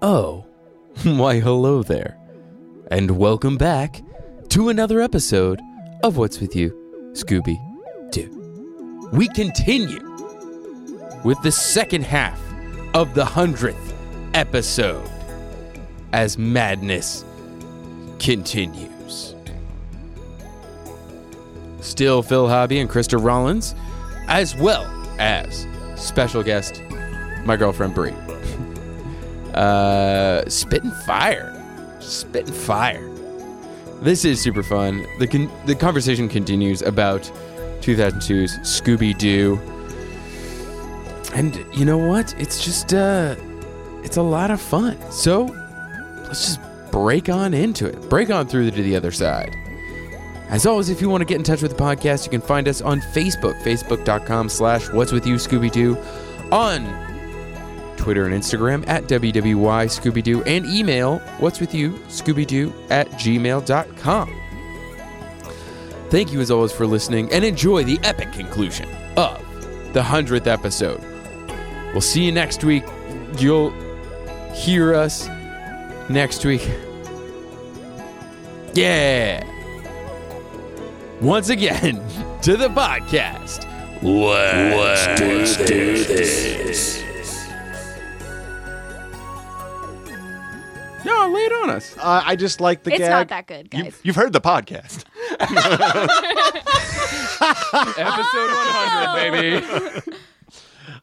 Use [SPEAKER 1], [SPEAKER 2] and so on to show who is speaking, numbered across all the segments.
[SPEAKER 1] Oh, why hello there, and welcome back to another episode of What's With You, Scooby Doo. We continue with the second half of the hundredth episode as madness continues. Still Phil Hobby and Krista Rollins, as well as special guest, my girlfriend Brie uh, spitting fire, spitting fire. This is super fun. the con- The conversation continues about 2002's Scooby Doo, and you know what? It's just uh, it's a lot of fun. So let's just break on into it. Break on through to the other side. As always, if you want to get in touch with the podcast, you can find us on Facebook, facebook.com slash what's with you Scooby Doo, on Twitter and Instagram at WWY Scooby Doo, and email what's with you Scooby Doo at gmail.com. Thank you as always for listening and enjoy the epic conclusion of the 100th episode. We'll see you next week. You'll hear us next week. Yeah. Once again, to the podcast. Let's do this. Yeah, lay it on us.
[SPEAKER 2] Uh, I just like the
[SPEAKER 3] It's
[SPEAKER 2] gag.
[SPEAKER 3] not that good, guys.
[SPEAKER 4] You've, you've heard the podcast.
[SPEAKER 1] Episode 100, baby.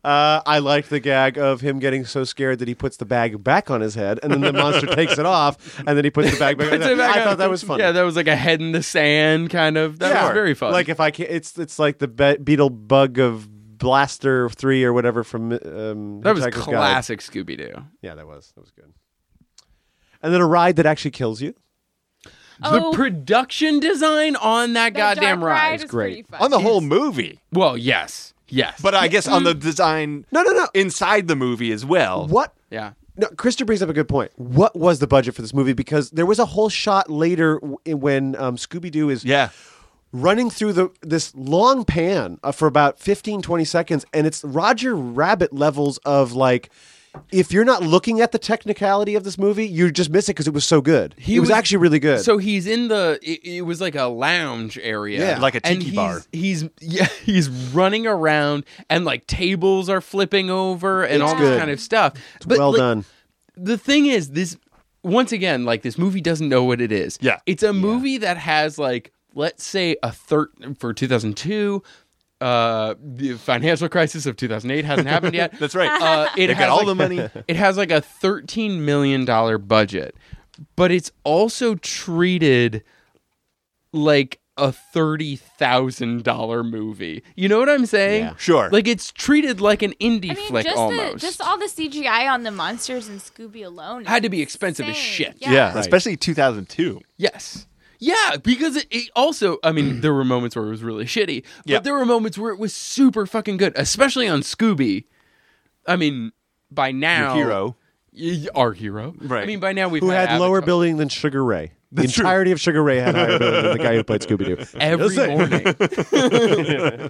[SPEAKER 2] Uh, I like the gag of him getting so scared that he puts the bag back on his head, and then the monster takes it off, and then he puts the bag back. on his
[SPEAKER 1] It's
[SPEAKER 2] head.
[SPEAKER 1] like
[SPEAKER 2] I
[SPEAKER 1] a-
[SPEAKER 2] thought that was funny.
[SPEAKER 1] Yeah, that was like a head in the sand kind of. That was
[SPEAKER 2] Yeah.
[SPEAKER 1] very fun.
[SPEAKER 2] Like if I can, it's it's like the be- beetle bug of Blaster Three or whatever from um,
[SPEAKER 1] that was
[SPEAKER 2] Hitchhiker's Guide.
[SPEAKER 1] classic Scooby Doo.
[SPEAKER 2] Yeah, that was that was good. And then a ride that actually kills you.
[SPEAKER 1] The
[SPEAKER 3] Oh.
[SPEAKER 1] production design on that
[SPEAKER 3] The
[SPEAKER 1] goddamn
[SPEAKER 3] dark
[SPEAKER 1] ride,
[SPEAKER 3] ride
[SPEAKER 1] is
[SPEAKER 3] is
[SPEAKER 1] great.
[SPEAKER 3] pretty fun.
[SPEAKER 4] On the whole movie.
[SPEAKER 1] Well, yes, yes,
[SPEAKER 2] uh,
[SPEAKER 4] But I guess on
[SPEAKER 1] Mm-hmm.
[SPEAKER 4] the design
[SPEAKER 2] No, no, no.
[SPEAKER 4] inside the movie as well.
[SPEAKER 2] What
[SPEAKER 1] yeah.
[SPEAKER 2] No, Krista brings up a good point. What was the budget for this movie? Because there was a whole shot later w- when um, Scooby Doo is
[SPEAKER 4] Yeah.
[SPEAKER 2] running through the this long pan uh, for about 15, 20 seconds, and it's Roger Rabbit levels of like. If you're not looking at the technicality of this movie, you just miss it because it was so good. He it was, actually really good.
[SPEAKER 1] So he's in the. It, it was like a lounge area,
[SPEAKER 2] Yeah.
[SPEAKER 4] Like a
[SPEAKER 1] and
[SPEAKER 4] tiki
[SPEAKER 1] he's,
[SPEAKER 4] bar.
[SPEAKER 1] He's yeah, he's running around, and like tables are flipping over, and
[SPEAKER 2] It's
[SPEAKER 1] all this
[SPEAKER 2] good.
[SPEAKER 1] kind of stuff.
[SPEAKER 2] well
[SPEAKER 1] like,
[SPEAKER 2] done.
[SPEAKER 1] the thing is this once again like this movie doesn't know what it is
[SPEAKER 4] Yeah.
[SPEAKER 1] it's a movie that has like let's say a third for 2002 uh the financial crisis of 2008 hasn't happened yet
[SPEAKER 4] That's right.
[SPEAKER 1] uh, it
[SPEAKER 4] They've
[SPEAKER 1] has
[SPEAKER 4] got all
[SPEAKER 1] like-
[SPEAKER 4] the money.
[SPEAKER 1] it has like a 13 million dollar budget but it's also treated like a $30,000 movie. You know what I'm saying?
[SPEAKER 4] Sure.
[SPEAKER 1] Like it's treated like an indie
[SPEAKER 3] I mean,
[SPEAKER 1] flick
[SPEAKER 3] just,
[SPEAKER 1] almost.
[SPEAKER 3] The, just all the CGI on the monsters and Scooby alone is
[SPEAKER 1] Had to be expensive as
[SPEAKER 3] insane.
[SPEAKER 1] shit.
[SPEAKER 3] Yeah.
[SPEAKER 4] yeah. Especially 2002.
[SPEAKER 1] Yes. Yeah, because it, it also, I mean, there were moments where it was really shitty, but
[SPEAKER 4] Yeah.
[SPEAKER 1] there were moments where it was super fucking good, especially on Scooby. I mean, by now,
[SPEAKER 4] Your hero.
[SPEAKER 1] y- our hero,
[SPEAKER 4] Right.
[SPEAKER 1] I mean, by now we've
[SPEAKER 2] Who had lower
[SPEAKER 1] Avatar.
[SPEAKER 2] building than Sugar Ray? The
[SPEAKER 4] That's true.
[SPEAKER 2] entirety of Sugar Ray had higher building than the guy who played Scooby Doo.
[SPEAKER 1] every morning.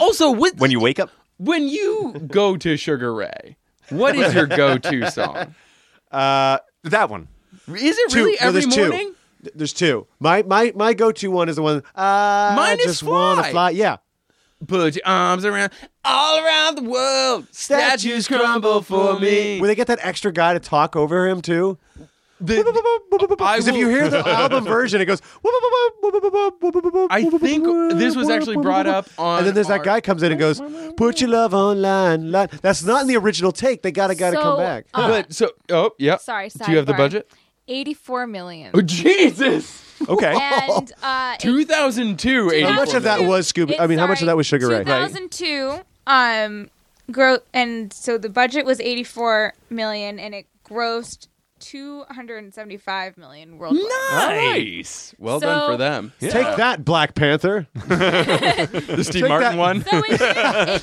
[SPEAKER 1] also, with,
[SPEAKER 4] When you wake up,
[SPEAKER 1] when you go to Sugar Ray, what is your go-to song?
[SPEAKER 4] that one.
[SPEAKER 1] Is it
[SPEAKER 2] Two.
[SPEAKER 1] really
[SPEAKER 2] no,
[SPEAKER 1] every
[SPEAKER 2] there's
[SPEAKER 1] morning?
[SPEAKER 2] two. Th- There's two. My my my go-to one is the one. I
[SPEAKER 1] Mine is
[SPEAKER 2] just wanna
[SPEAKER 1] Fly.
[SPEAKER 2] fly. Yeah.
[SPEAKER 1] Put your arms around all around the world. Statues crumble for Oh, me.
[SPEAKER 2] Where they get that extra guy to talk over him too.
[SPEAKER 1] The- I
[SPEAKER 2] Because if
[SPEAKER 1] will-
[SPEAKER 2] you hear the album version, it goes.
[SPEAKER 1] I think this was actually brought up on
[SPEAKER 2] And then there's
[SPEAKER 1] our-
[SPEAKER 2] that guy comes in and goes, "Put your love online." Line. That's not in the original take. They gotta gotta come
[SPEAKER 3] So,
[SPEAKER 2] back.
[SPEAKER 3] uh,
[SPEAKER 1] But so, oh yeah.
[SPEAKER 3] Sorry,
[SPEAKER 1] Do you have the
[SPEAKER 3] sidebar.
[SPEAKER 1] budget?
[SPEAKER 3] 84 million.
[SPEAKER 1] Oh, Jesus!
[SPEAKER 2] okay.
[SPEAKER 3] And uh, it-
[SPEAKER 1] 2002.
[SPEAKER 2] How
[SPEAKER 1] 84
[SPEAKER 2] much of that
[SPEAKER 1] million.
[SPEAKER 2] was Scooby?
[SPEAKER 3] it-
[SPEAKER 2] I mean, how much of
[SPEAKER 3] sorry,
[SPEAKER 2] that was Sugar Ray?
[SPEAKER 3] 2002. Um, grow and so the budget was 84 million, and it grossed 275 million worldwide.
[SPEAKER 1] Nice. Well
[SPEAKER 3] So-
[SPEAKER 1] done for them.
[SPEAKER 2] Take that, Black Panther.
[SPEAKER 1] The Steve
[SPEAKER 2] Take
[SPEAKER 1] Martin
[SPEAKER 2] that.
[SPEAKER 1] one.
[SPEAKER 3] So it did, it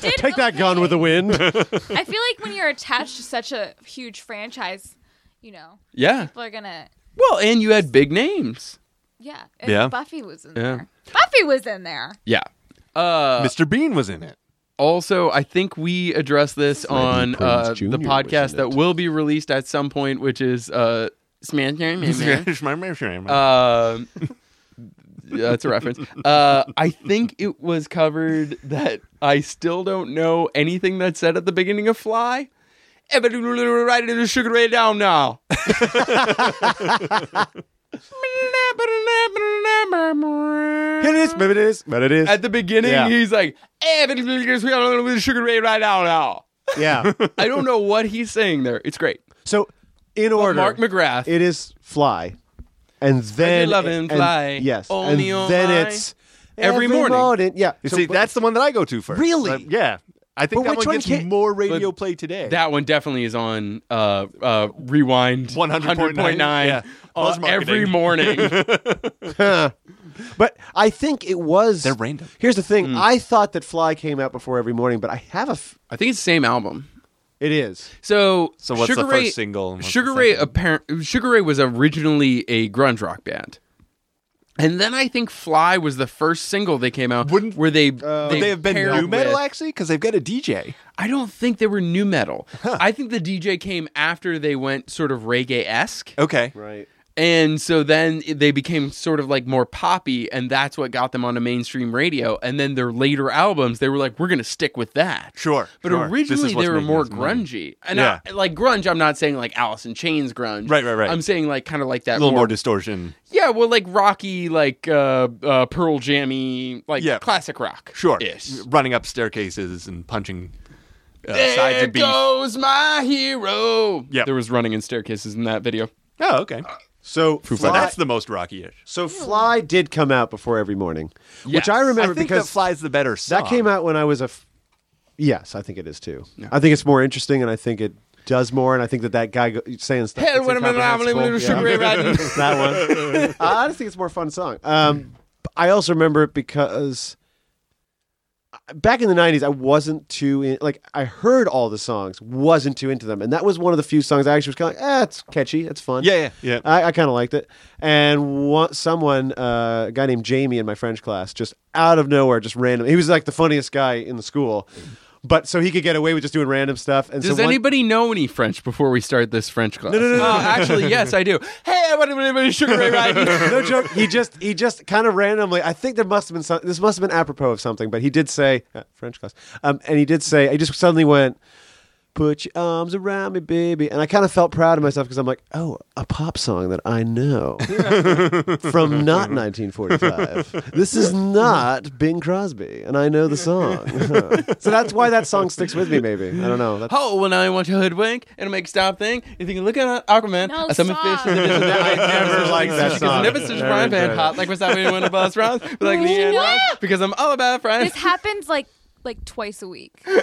[SPEAKER 3] did
[SPEAKER 2] Take that gun with the wind.
[SPEAKER 3] I feel like when you're attached to such a huge franchise, you know,
[SPEAKER 1] Yeah.
[SPEAKER 3] people are gonna.
[SPEAKER 1] Well, and you had big names.
[SPEAKER 3] Yeah. and
[SPEAKER 4] Yeah.
[SPEAKER 3] Buffy was in
[SPEAKER 1] Yeah.
[SPEAKER 3] there. Buffy was in there.
[SPEAKER 1] Yeah. Uh,
[SPEAKER 4] Mr. Bean was in it.
[SPEAKER 1] also, I think we addressed this on
[SPEAKER 2] Prinze
[SPEAKER 1] uh,
[SPEAKER 2] Jr.
[SPEAKER 1] the
[SPEAKER 2] was in
[SPEAKER 1] podcast that
[SPEAKER 2] it.
[SPEAKER 1] will be released at some point, which is uh, Smash Man.
[SPEAKER 4] uh,
[SPEAKER 1] Um, yeah, that's a reference. Uh, I think it was covered that I still don't know anything that's said at the beginning of Fly. Everybody write it in the sugar ray down now.
[SPEAKER 2] It is, but it is, but it is.
[SPEAKER 1] At the beginning,
[SPEAKER 2] Yeah.
[SPEAKER 1] he's like, "Everybody gets me on with the sugar ray right now." Now,
[SPEAKER 2] yeah.
[SPEAKER 1] I don't know what he's saying there. It's great.
[SPEAKER 2] So, in order,
[SPEAKER 1] Mark McGrath.
[SPEAKER 2] it is fly, and then
[SPEAKER 1] love and fly,
[SPEAKER 2] yes,
[SPEAKER 1] only on
[SPEAKER 2] and then
[SPEAKER 1] my-
[SPEAKER 2] it's
[SPEAKER 1] Every morning.
[SPEAKER 2] Yeah,
[SPEAKER 4] you
[SPEAKER 2] So-
[SPEAKER 4] see,
[SPEAKER 2] but-
[SPEAKER 4] that's the one that I go to first.
[SPEAKER 2] Really?
[SPEAKER 4] But, yeah. I think
[SPEAKER 2] But
[SPEAKER 4] that
[SPEAKER 2] which
[SPEAKER 4] one
[SPEAKER 2] one
[SPEAKER 4] gets
[SPEAKER 2] can't-
[SPEAKER 4] more radio
[SPEAKER 1] But
[SPEAKER 4] play today.
[SPEAKER 1] That one definitely is on uh, uh, Rewind
[SPEAKER 4] 100.9.
[SPEAKER 1] 100.9,
[SPEAKER 4] Yeah.
[SPEAKER 1] uh,
[SPEAKER 4] Buzz marketing.
[SPEAKER 1] every morning.
[SPEAKER 2] But I think it was.
[SPEAKER 4] They're random.
[SPEAKER 2] Here's the thing: I thought that Fly came out before Every Morning, but I have a. F-
[SPEAKER 1] I think it's the same album.
[SPEAKER 2] it is.
[SPEAKER 1] So,
[SPEAKER 4] So what's
[SPEAKER 1] Sugar
[SPEAKER 4] the
[SPEAKER 1] Ray,
[SPEAKER 4] first single and what's the
[SPEAKER 1] Sugar Ray
[SPEAKER 4] second?
[SPEAKER 1] apparent Sugar Ray was originally a grunge rock band. And then I think Fly was the first single they came out
[SPEAKER 4] Wouldn't-
[SPEAKER 1] where they
[SPEAKER 4] Would they have been
[SPEAKER 1] paired
[SPEAKER 4] new metal
[SPEAKER 1] with-
[SPEAKER 4] actually because they've got a DJ.
[SPEAKER 1] I don't think they were new metal. I think the DJ came after they went sort of reggae-esque.
[SPEAKER 4] Okay.
[SPEAKER 2] Right.
[SPEAKER 1] And so then it- they became sort of like more poppy, and that's what got them onto mainstream radio. And then their later albums, they were like, we're going to stick with that.
[SPEAKER 4] Sure,
[SPEAKER 1] But
[SPEAKER 4] sure. This
[SPEAKER 1] originally
[SPEAKER 4] is what's
[SPEAKER 1] they were
[SPEAKER 4] making
[SPEAKER 1] more
[SPEAKER 4] us money.
[SPEAKER 1] grungy. And
[SPEAKER 4] Yeah.
[SPEAKER 1] I, like grunge, I'm not saying like Alice in Chains grunge.
[SPEAKER 4] Right, right, right.
[SPEAKER 1] I'm saying like kind of like
[SPEAKER 4] A
[SPEAKER 1] that
[SPEAKER 4] little more
[SPEAKER 1] more,
[SPEAKER 4] distortion.
[SPEAKER 1] yeah, well, like rocky, like uh, uh, Pearl Jammy, like
[SPEAKER 4] Yeah.
[SPEAKER 1] classic rock.
[SPEAKER 4] Sure.
[SPEAKER 1] Ish.
[SPEAKER 4] Running up staircases and punching uh, sides
[SPEAKER 1] There
[SPEAKER 4] of beef.
[SPEAKER 1] goes my hero.
[SPEAKER 4] Yep.
[SPEAKER 1] There was running in staircases in that video.
[SPEAKER 4] Oh, okay.
[SPEAKER 2] So
[SPEAKER 4] So
[SPEAKER 2] Fly.
[SPEAKER 4] that's the most rocky-ish.
[SPEAKER 2] so
[SPEAKER 1] Hmm.
[SPEAKER 2] Fly did come out before Every Morning,
[SPEAKER 1] Yes.
[SPEAKER 2] which I remember
[SPEAKER 4] I think
[SPEAKER 2] because
[SPEAKER 4] that flies the better song.
[SPEAKER 2] that came out when I was a. F- yes, I think it is too. I think it's more interesting, and I think it does more, and I think that that guy go- saying stuff.
[SPEAKER 1] Hell,
[SPEAKER 2] that's
[SPEAKER 1] what a
[SPEAKER 2] incomprehensible.
[SPEAKER 1] little
[SPEAKER 2] Yeah.
[SPEAKER 1] sugar ray riding.
[SPEAKER 2] that one. I just think it's a more fun song. Um, I also remember it because back in the '90s, I wasn't too in, like I heard all the songs, wasn't too into them, and that was one of the few songs I actually was kind of like, ah, it's catchy, it's fun.
[SPEAKER 4] Yeah, yeah, yeah.
[SPEAKER 2] I, I kind of liked it. And one, someone, uh, a guy named Jamie in my French class, just out of nowhere, just random. He was like the funniest guy in the school, but so he could get away with just doing random stuff. And
[SPEAKER 1] Does
[SPEAKER 2] so one-
[SPEAKER 1] anybody know any French before we start this French class? No,
[SPEAKER 2] no, no, no.
[SPEAKER 1] actually, yes, I do. Hey, I want everybody sugar ray riding.
[SPEAKER 2] no joke. He just he just kind of randomly. I think there must have been some. This must have been apropos of something. But he did say uh, French class. Um, and he did say. I just suddenly went. Put your arms around me, baby, and I kind of felt proud of myself because I'm like, oh, a pop song that I know from not 1945. This is not Bing Crosby, and I know the song, so that's why that song sticks with me. Maybe I don't know. That's,
[SPEAKER 1] Oh, when I want to hoodwink and make stop thing, you think, look at Aquaman.
[SPEAKER 3] No
[SPEAKER 1] I summon
[SPEAKER 3] song.
[SPEAKER 1] fish. in the dish of that. I
[SPEAKER 2] never liked that song.
[SPEAKER 1] Never such
[SPEAKER 2] Never
[SPEAKER 1] frying pan
[SPEAKER 2] enjoyed
[SPEAKER 1] hot like we're stopping when the bus runs, but like Leanne runs, because I'm all about frying
[SPEAKER 5] This happens like like twice a week.
[SPEAKER 1] twice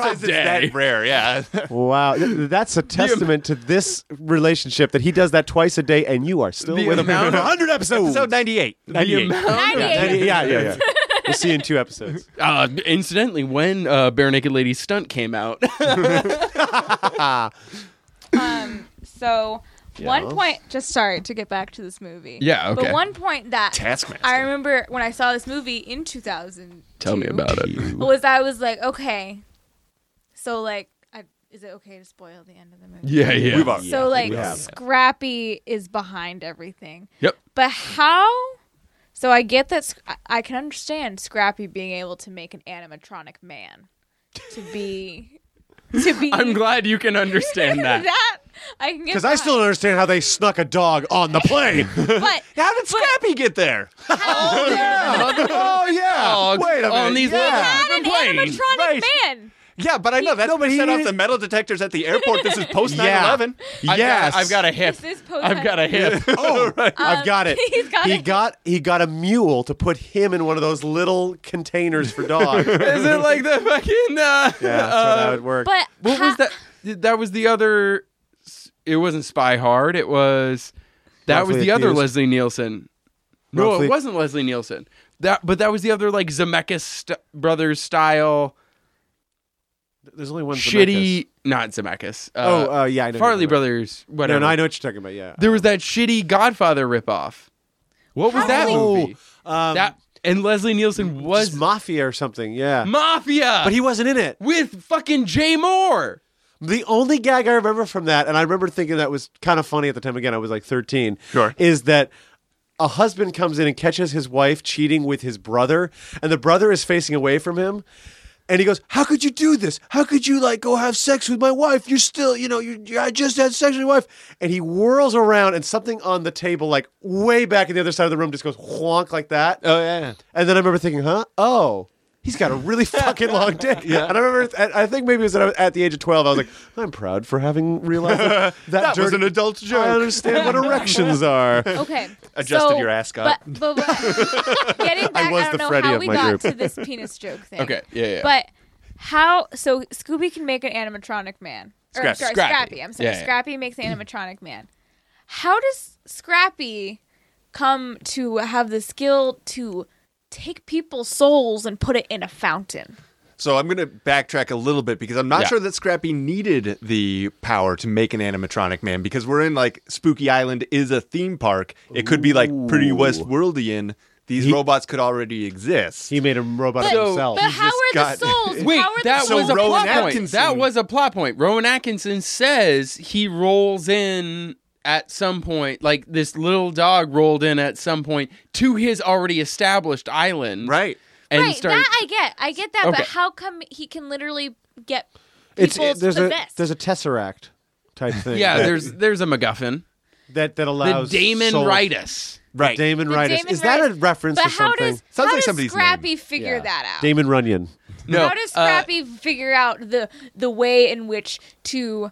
[SPEAKER 1] a
[SPEAKER 4] It's that
[SPEAKER 1] day.
[SPEAKER 4] rare, yeah.
[SPEAKER 2] wow, Th- that's a testament to this relationship that he does that twice a day, and you are still
[SPEAKER 1] The
[SPEAKER 2] with him.
[SPEAKER 1] amount of-
[SPEAKER 2] 100 episodes.
[SPEAKER 4] Episode 98. 98.
[SPEAKER 2] yeah,
[SPEAKER 3] 98.
[SPEAKER 2] yeah, yeah. yeah. we'll see you in two episodes.
[SPEAKER 1] Uh, incidentally, when uh, Bare Naked Lady Stunt came out,
[SPEAKER 3] Um, so one point, just sorry to get back to this movie.
[SPEAKER 1] Yeah, okay.
[SPEAKER 3] But one point that
[SPEAKER 4] Taskmaster.
[SPEAKER 3] I remember when I saw this movie in 2000.
[SPEAKER 1] tell me about it.
[SPEAKER 3] Was I was like, okay, so like, I, is it okay to spoil the end of the movie?
[SPEAKER 1] Yeah, yeah.
[SPEAKER 4] We've already.
[SPEAKER 3] So like,
[SPEAKER 2] we have.
[SPEAKER 3] Scrappy is behind everything.
[SPEAKER 1] Yep.
[SPEAKER 3] But how? So I get that. Sc- I- I can understand Scrappy being able to make an animatronic man to be to be.
[SPEAKER 1] I'm glad you can understand that.
[SPEAKER 3] that I can get
[SPEAKER 2] Because I
[SPEAKER 3] behind.
[SPEAKER 2] still don't understand how they snuck a dog on the plane.
[SPEAKER 3] But
[SPEAKER 4] How did Scrappy get there?
[SPEAKER 2] oh yeah.
[SPEAKER 1] Dogs
[SPEAKER 2] Wait a minute.
[SPEAKER 1] on these
[SPEAKER 2] yeah.
[SPEAKER 1] little
[SPEAKER 3] not an
[SPEAKER 1] planes.
[SPEAKER 3] animatronic
[SPEAKER 4] Right.
[SPEAKER 3] man.
[SPEAKER 4] Yeah, but I know that's
[SPEAKER 2] No, but he
[SPEAKER 4] set off
[SPEAKER 2] didn't-
[SPEAKER 4] the metal detectors at the airport. This is post 9
[SPEAKER 2] Yeah.
[SPEAKER 4] 11.
[SPEAKER 1] I've
[SPEAKER 2] Yes.
[SPEAKER 1] got, I've got a hip.
[SPEAKER 3] This is post-
[SPEAKER 1] I've got a hip.
[SPEAKER 2] Oh, I've got it.
[SPEAKER 3] he's got
[SPEAKER 2] he
[SPEAKER 3] it.
[SPEAKER 2] got he got a mule to put him in one of those little containers for dogs. yeah,
[SPEAKER 1] Is it like the fucking? Uh,
[SPEAKER 2] that's
[SPEAKER 1] uh,
[SPEAKER 2] how that would work.
[SPEAKER 3] But
[SPEAKER 1] what was
[SPEAKER 3] ha-
[SPEAKER 1] that? That was the other. It wasn't Spy Hard. It was. That was
[SPEAKER 2] Wrongfully
[SPEAKER 1] the other
[SPEAKER 2] accused.
[SPEAKER 1] Leslie Nielsen. No,
[SPEAKER 2] Wrongfully-
[SPEAKER 1] it wasn't Leslie Nielsen. That, but that was the other like Zemeckis st- brothers style
[SPEAKER 2] There's only one
[SPEAKER 1] shitty, not Zemeckis. Uh,
[SPEAKER 2] Oh, uh, yeah, I know who you're talking
[SPEAKER 1] Farley
[SPEAKER 2] about.
[SPEAKER 1] brothers.
[SPEAKER 2] Zemeckis. No,
[SPEAKER 1] Whatever.
[SPEAKER 2] no, I know what you're talking about. Yeah.
[SPEAKER 1] There was that shitty Godfather ripoff. What was that
[SPEAKER 3] Halloween.
[SPEAKER 1] movie?
[SPEAKER 2] Um,
[SPEAKER 1] that and Leslie Nielsen was
[SPEAKER 2] Just mafia or something. Yeah,
[SPEAKER 1] mafia,
[SPEAKER 2] but he wasn't in it.
[SPEAKER 1] with fucking Jay Moore.
[SPEAKER 2] The only gag I remember from that, and I remember thinking that was kind of funny at the time. Again, I was like 13.
[SPEAKER 4] Sure.
[SPEAKER 2] Is that a husband comes in and catches his wife cheating with his brother, and the brother is facing away from him. And he goes, "How could you do this? How could you like go have sex with my wife? You're still, you know, you you- I just had sex with your wife." And he whirls around, and something on the table, like way back in the other side of the room, just goes wonk like that.
[SPEAKER 4] Oh yeah.
[SPEAKER 2] And then I remember thinking, huh? Oh, he's got a really fucking long dick. And I remember, and I think maybe it was that I was at the age of 12, I was like, I'm proud for having realized that, that,
[SPEAKER 4] That was
[SPEAKER 2] dirty-
[SPEAKER 4] an adult
[SPEAKER 2] I
[SPEAKER 4] joke.
[SPEAKER 2] understand what erections are.
[SPEAKER 3] Okay.
[SPEAKER 4] Adjusted
[SPEAKER 3] so-
[SPEAKER 4] your ascot.
[SPEAKER 3] But, but, but- getting back, I,
[SPEAKER 4] was the
[SPEAKER 3] don't know
[SPEAKER 4] Freddy
[SPEAKER 3] how
[SPEAKER 4] of
[SPEAKER 3] we
[SPEAKER 4] my
[SPEAKER 3] got
[SPEAKER 4] group.
[SPEAKER 3] to this penis joke thing.
[SPEAKER 1] Okay, yeah, yeah.
[SPEAKER 3] But how? So Scooby can make an animatronic man. Or,
[SPEAKER 4] Scrappy.
[SPEAKER 3] Sorry,
[SPEAKER 1] Scrappy.
[SPEAKER 3] Scrappy. I'm sorry.
[SPEAKER 1] Yeah, yeah.
[SPEAKER 3] Scrappy makes the animatronic man. How does Scrappy come to have the skill to take people's souls and put it in a fountain?
[SPEAKER 4] So I'm going to backtrack a little bit because I'm not
[SPEAKER 1] Yeah.
[SPEAKER 4] sure that Scrappy needed the power to make an animatronic man because we're in like Spooky Island is a theme park. It could be like pretty Westworldian. These robots could already exist.
[SPEAKER 2] He made a robot
[SPEAKER 3] But,
[SPEAKER 2] of himself.
[SPEAKER 3] but how
[SPEAKER 4] just
[SPEAKER 3] are
[SPEAKER 4] got-
[SPEAKER 3] the souls?
[SPEAKER 1] Wait,
[SPEAKER 3] how are
[SPEAKER 1] that
[SPEAKER 3] the
[SPEAKER 1] was
[SPEAKER 4] So
[SPEAKER 1] a
[SPEAKER 4] Rowan
[SPEAKER 1] plot point.
[SPEAKER 4] Atkinson-
[SPEAKER 1] That was a plot point. Rowan Atkinson says he rolls in at some point, like this little dog rolled in at some point to his already established island,
[SPEAKER 4] right.
[SPEAKER 1] And
[SPEAKER 3] right,
[SPEAKER 1] started.
[SPEAKER 3] that I get. I get that,
[SPEAKER 1] Okay.
[SPEAKER 3] but how come he can literally get
[SPEAKER 2] it's,
[SPEAKER 3] people
[SPEAKER 2] it- there's, a,
[SPEAKER 3] possessed?
[SPEAKER 2] there's a tesseract type thing.
[SPEAKER 1] yeah,
[SPEAKER 2] that,
[SPEAKER 1] there's there's a MacGuffin.
[SPEAKER 2] that, that
[SPEAKER 1] The
[SPEAKER 2] allows.
[SPEAKER 1] Damon
[SPEAKER 2] soul-
[SPEAKER 1] Ritus.
[SPEAKER 4] Right.
[SPEAKER 2] Damon
[SPEAKER 3] The
[SPEAKER 2] Ritus.
[SPEAKER 3] Damon
[SPEAKER 2] Is that a
[SPEAKER 3] Ritus.
[SPEAKER 2] reference
[SPEAKER 3] but
[SPEAKER 2] to
[SPEAKER 3] how
[SPEAKER 2] something?
[SPEAKER 3] does
[SPEAKER 4] Sounds
[SPEAKER 3] how
[SPEAKER 4] like
[SPEAKER 3] does
[SPEAKER 4] somebody's
[SPEAKER 3] Scrappy
[SPEAKER 4] name.
[SPEAKER 3] figure
[SPEAKER 2] Yeah.
[SPEAKER 3] that out?
[SPEAKER 2] Damon Runyon.
[SPEAKER 1] No,
[SPEAKER 3] how does
[SPEAKER 1] uh,
[SPEAKER 3] Scrappy figure out the the way in which to?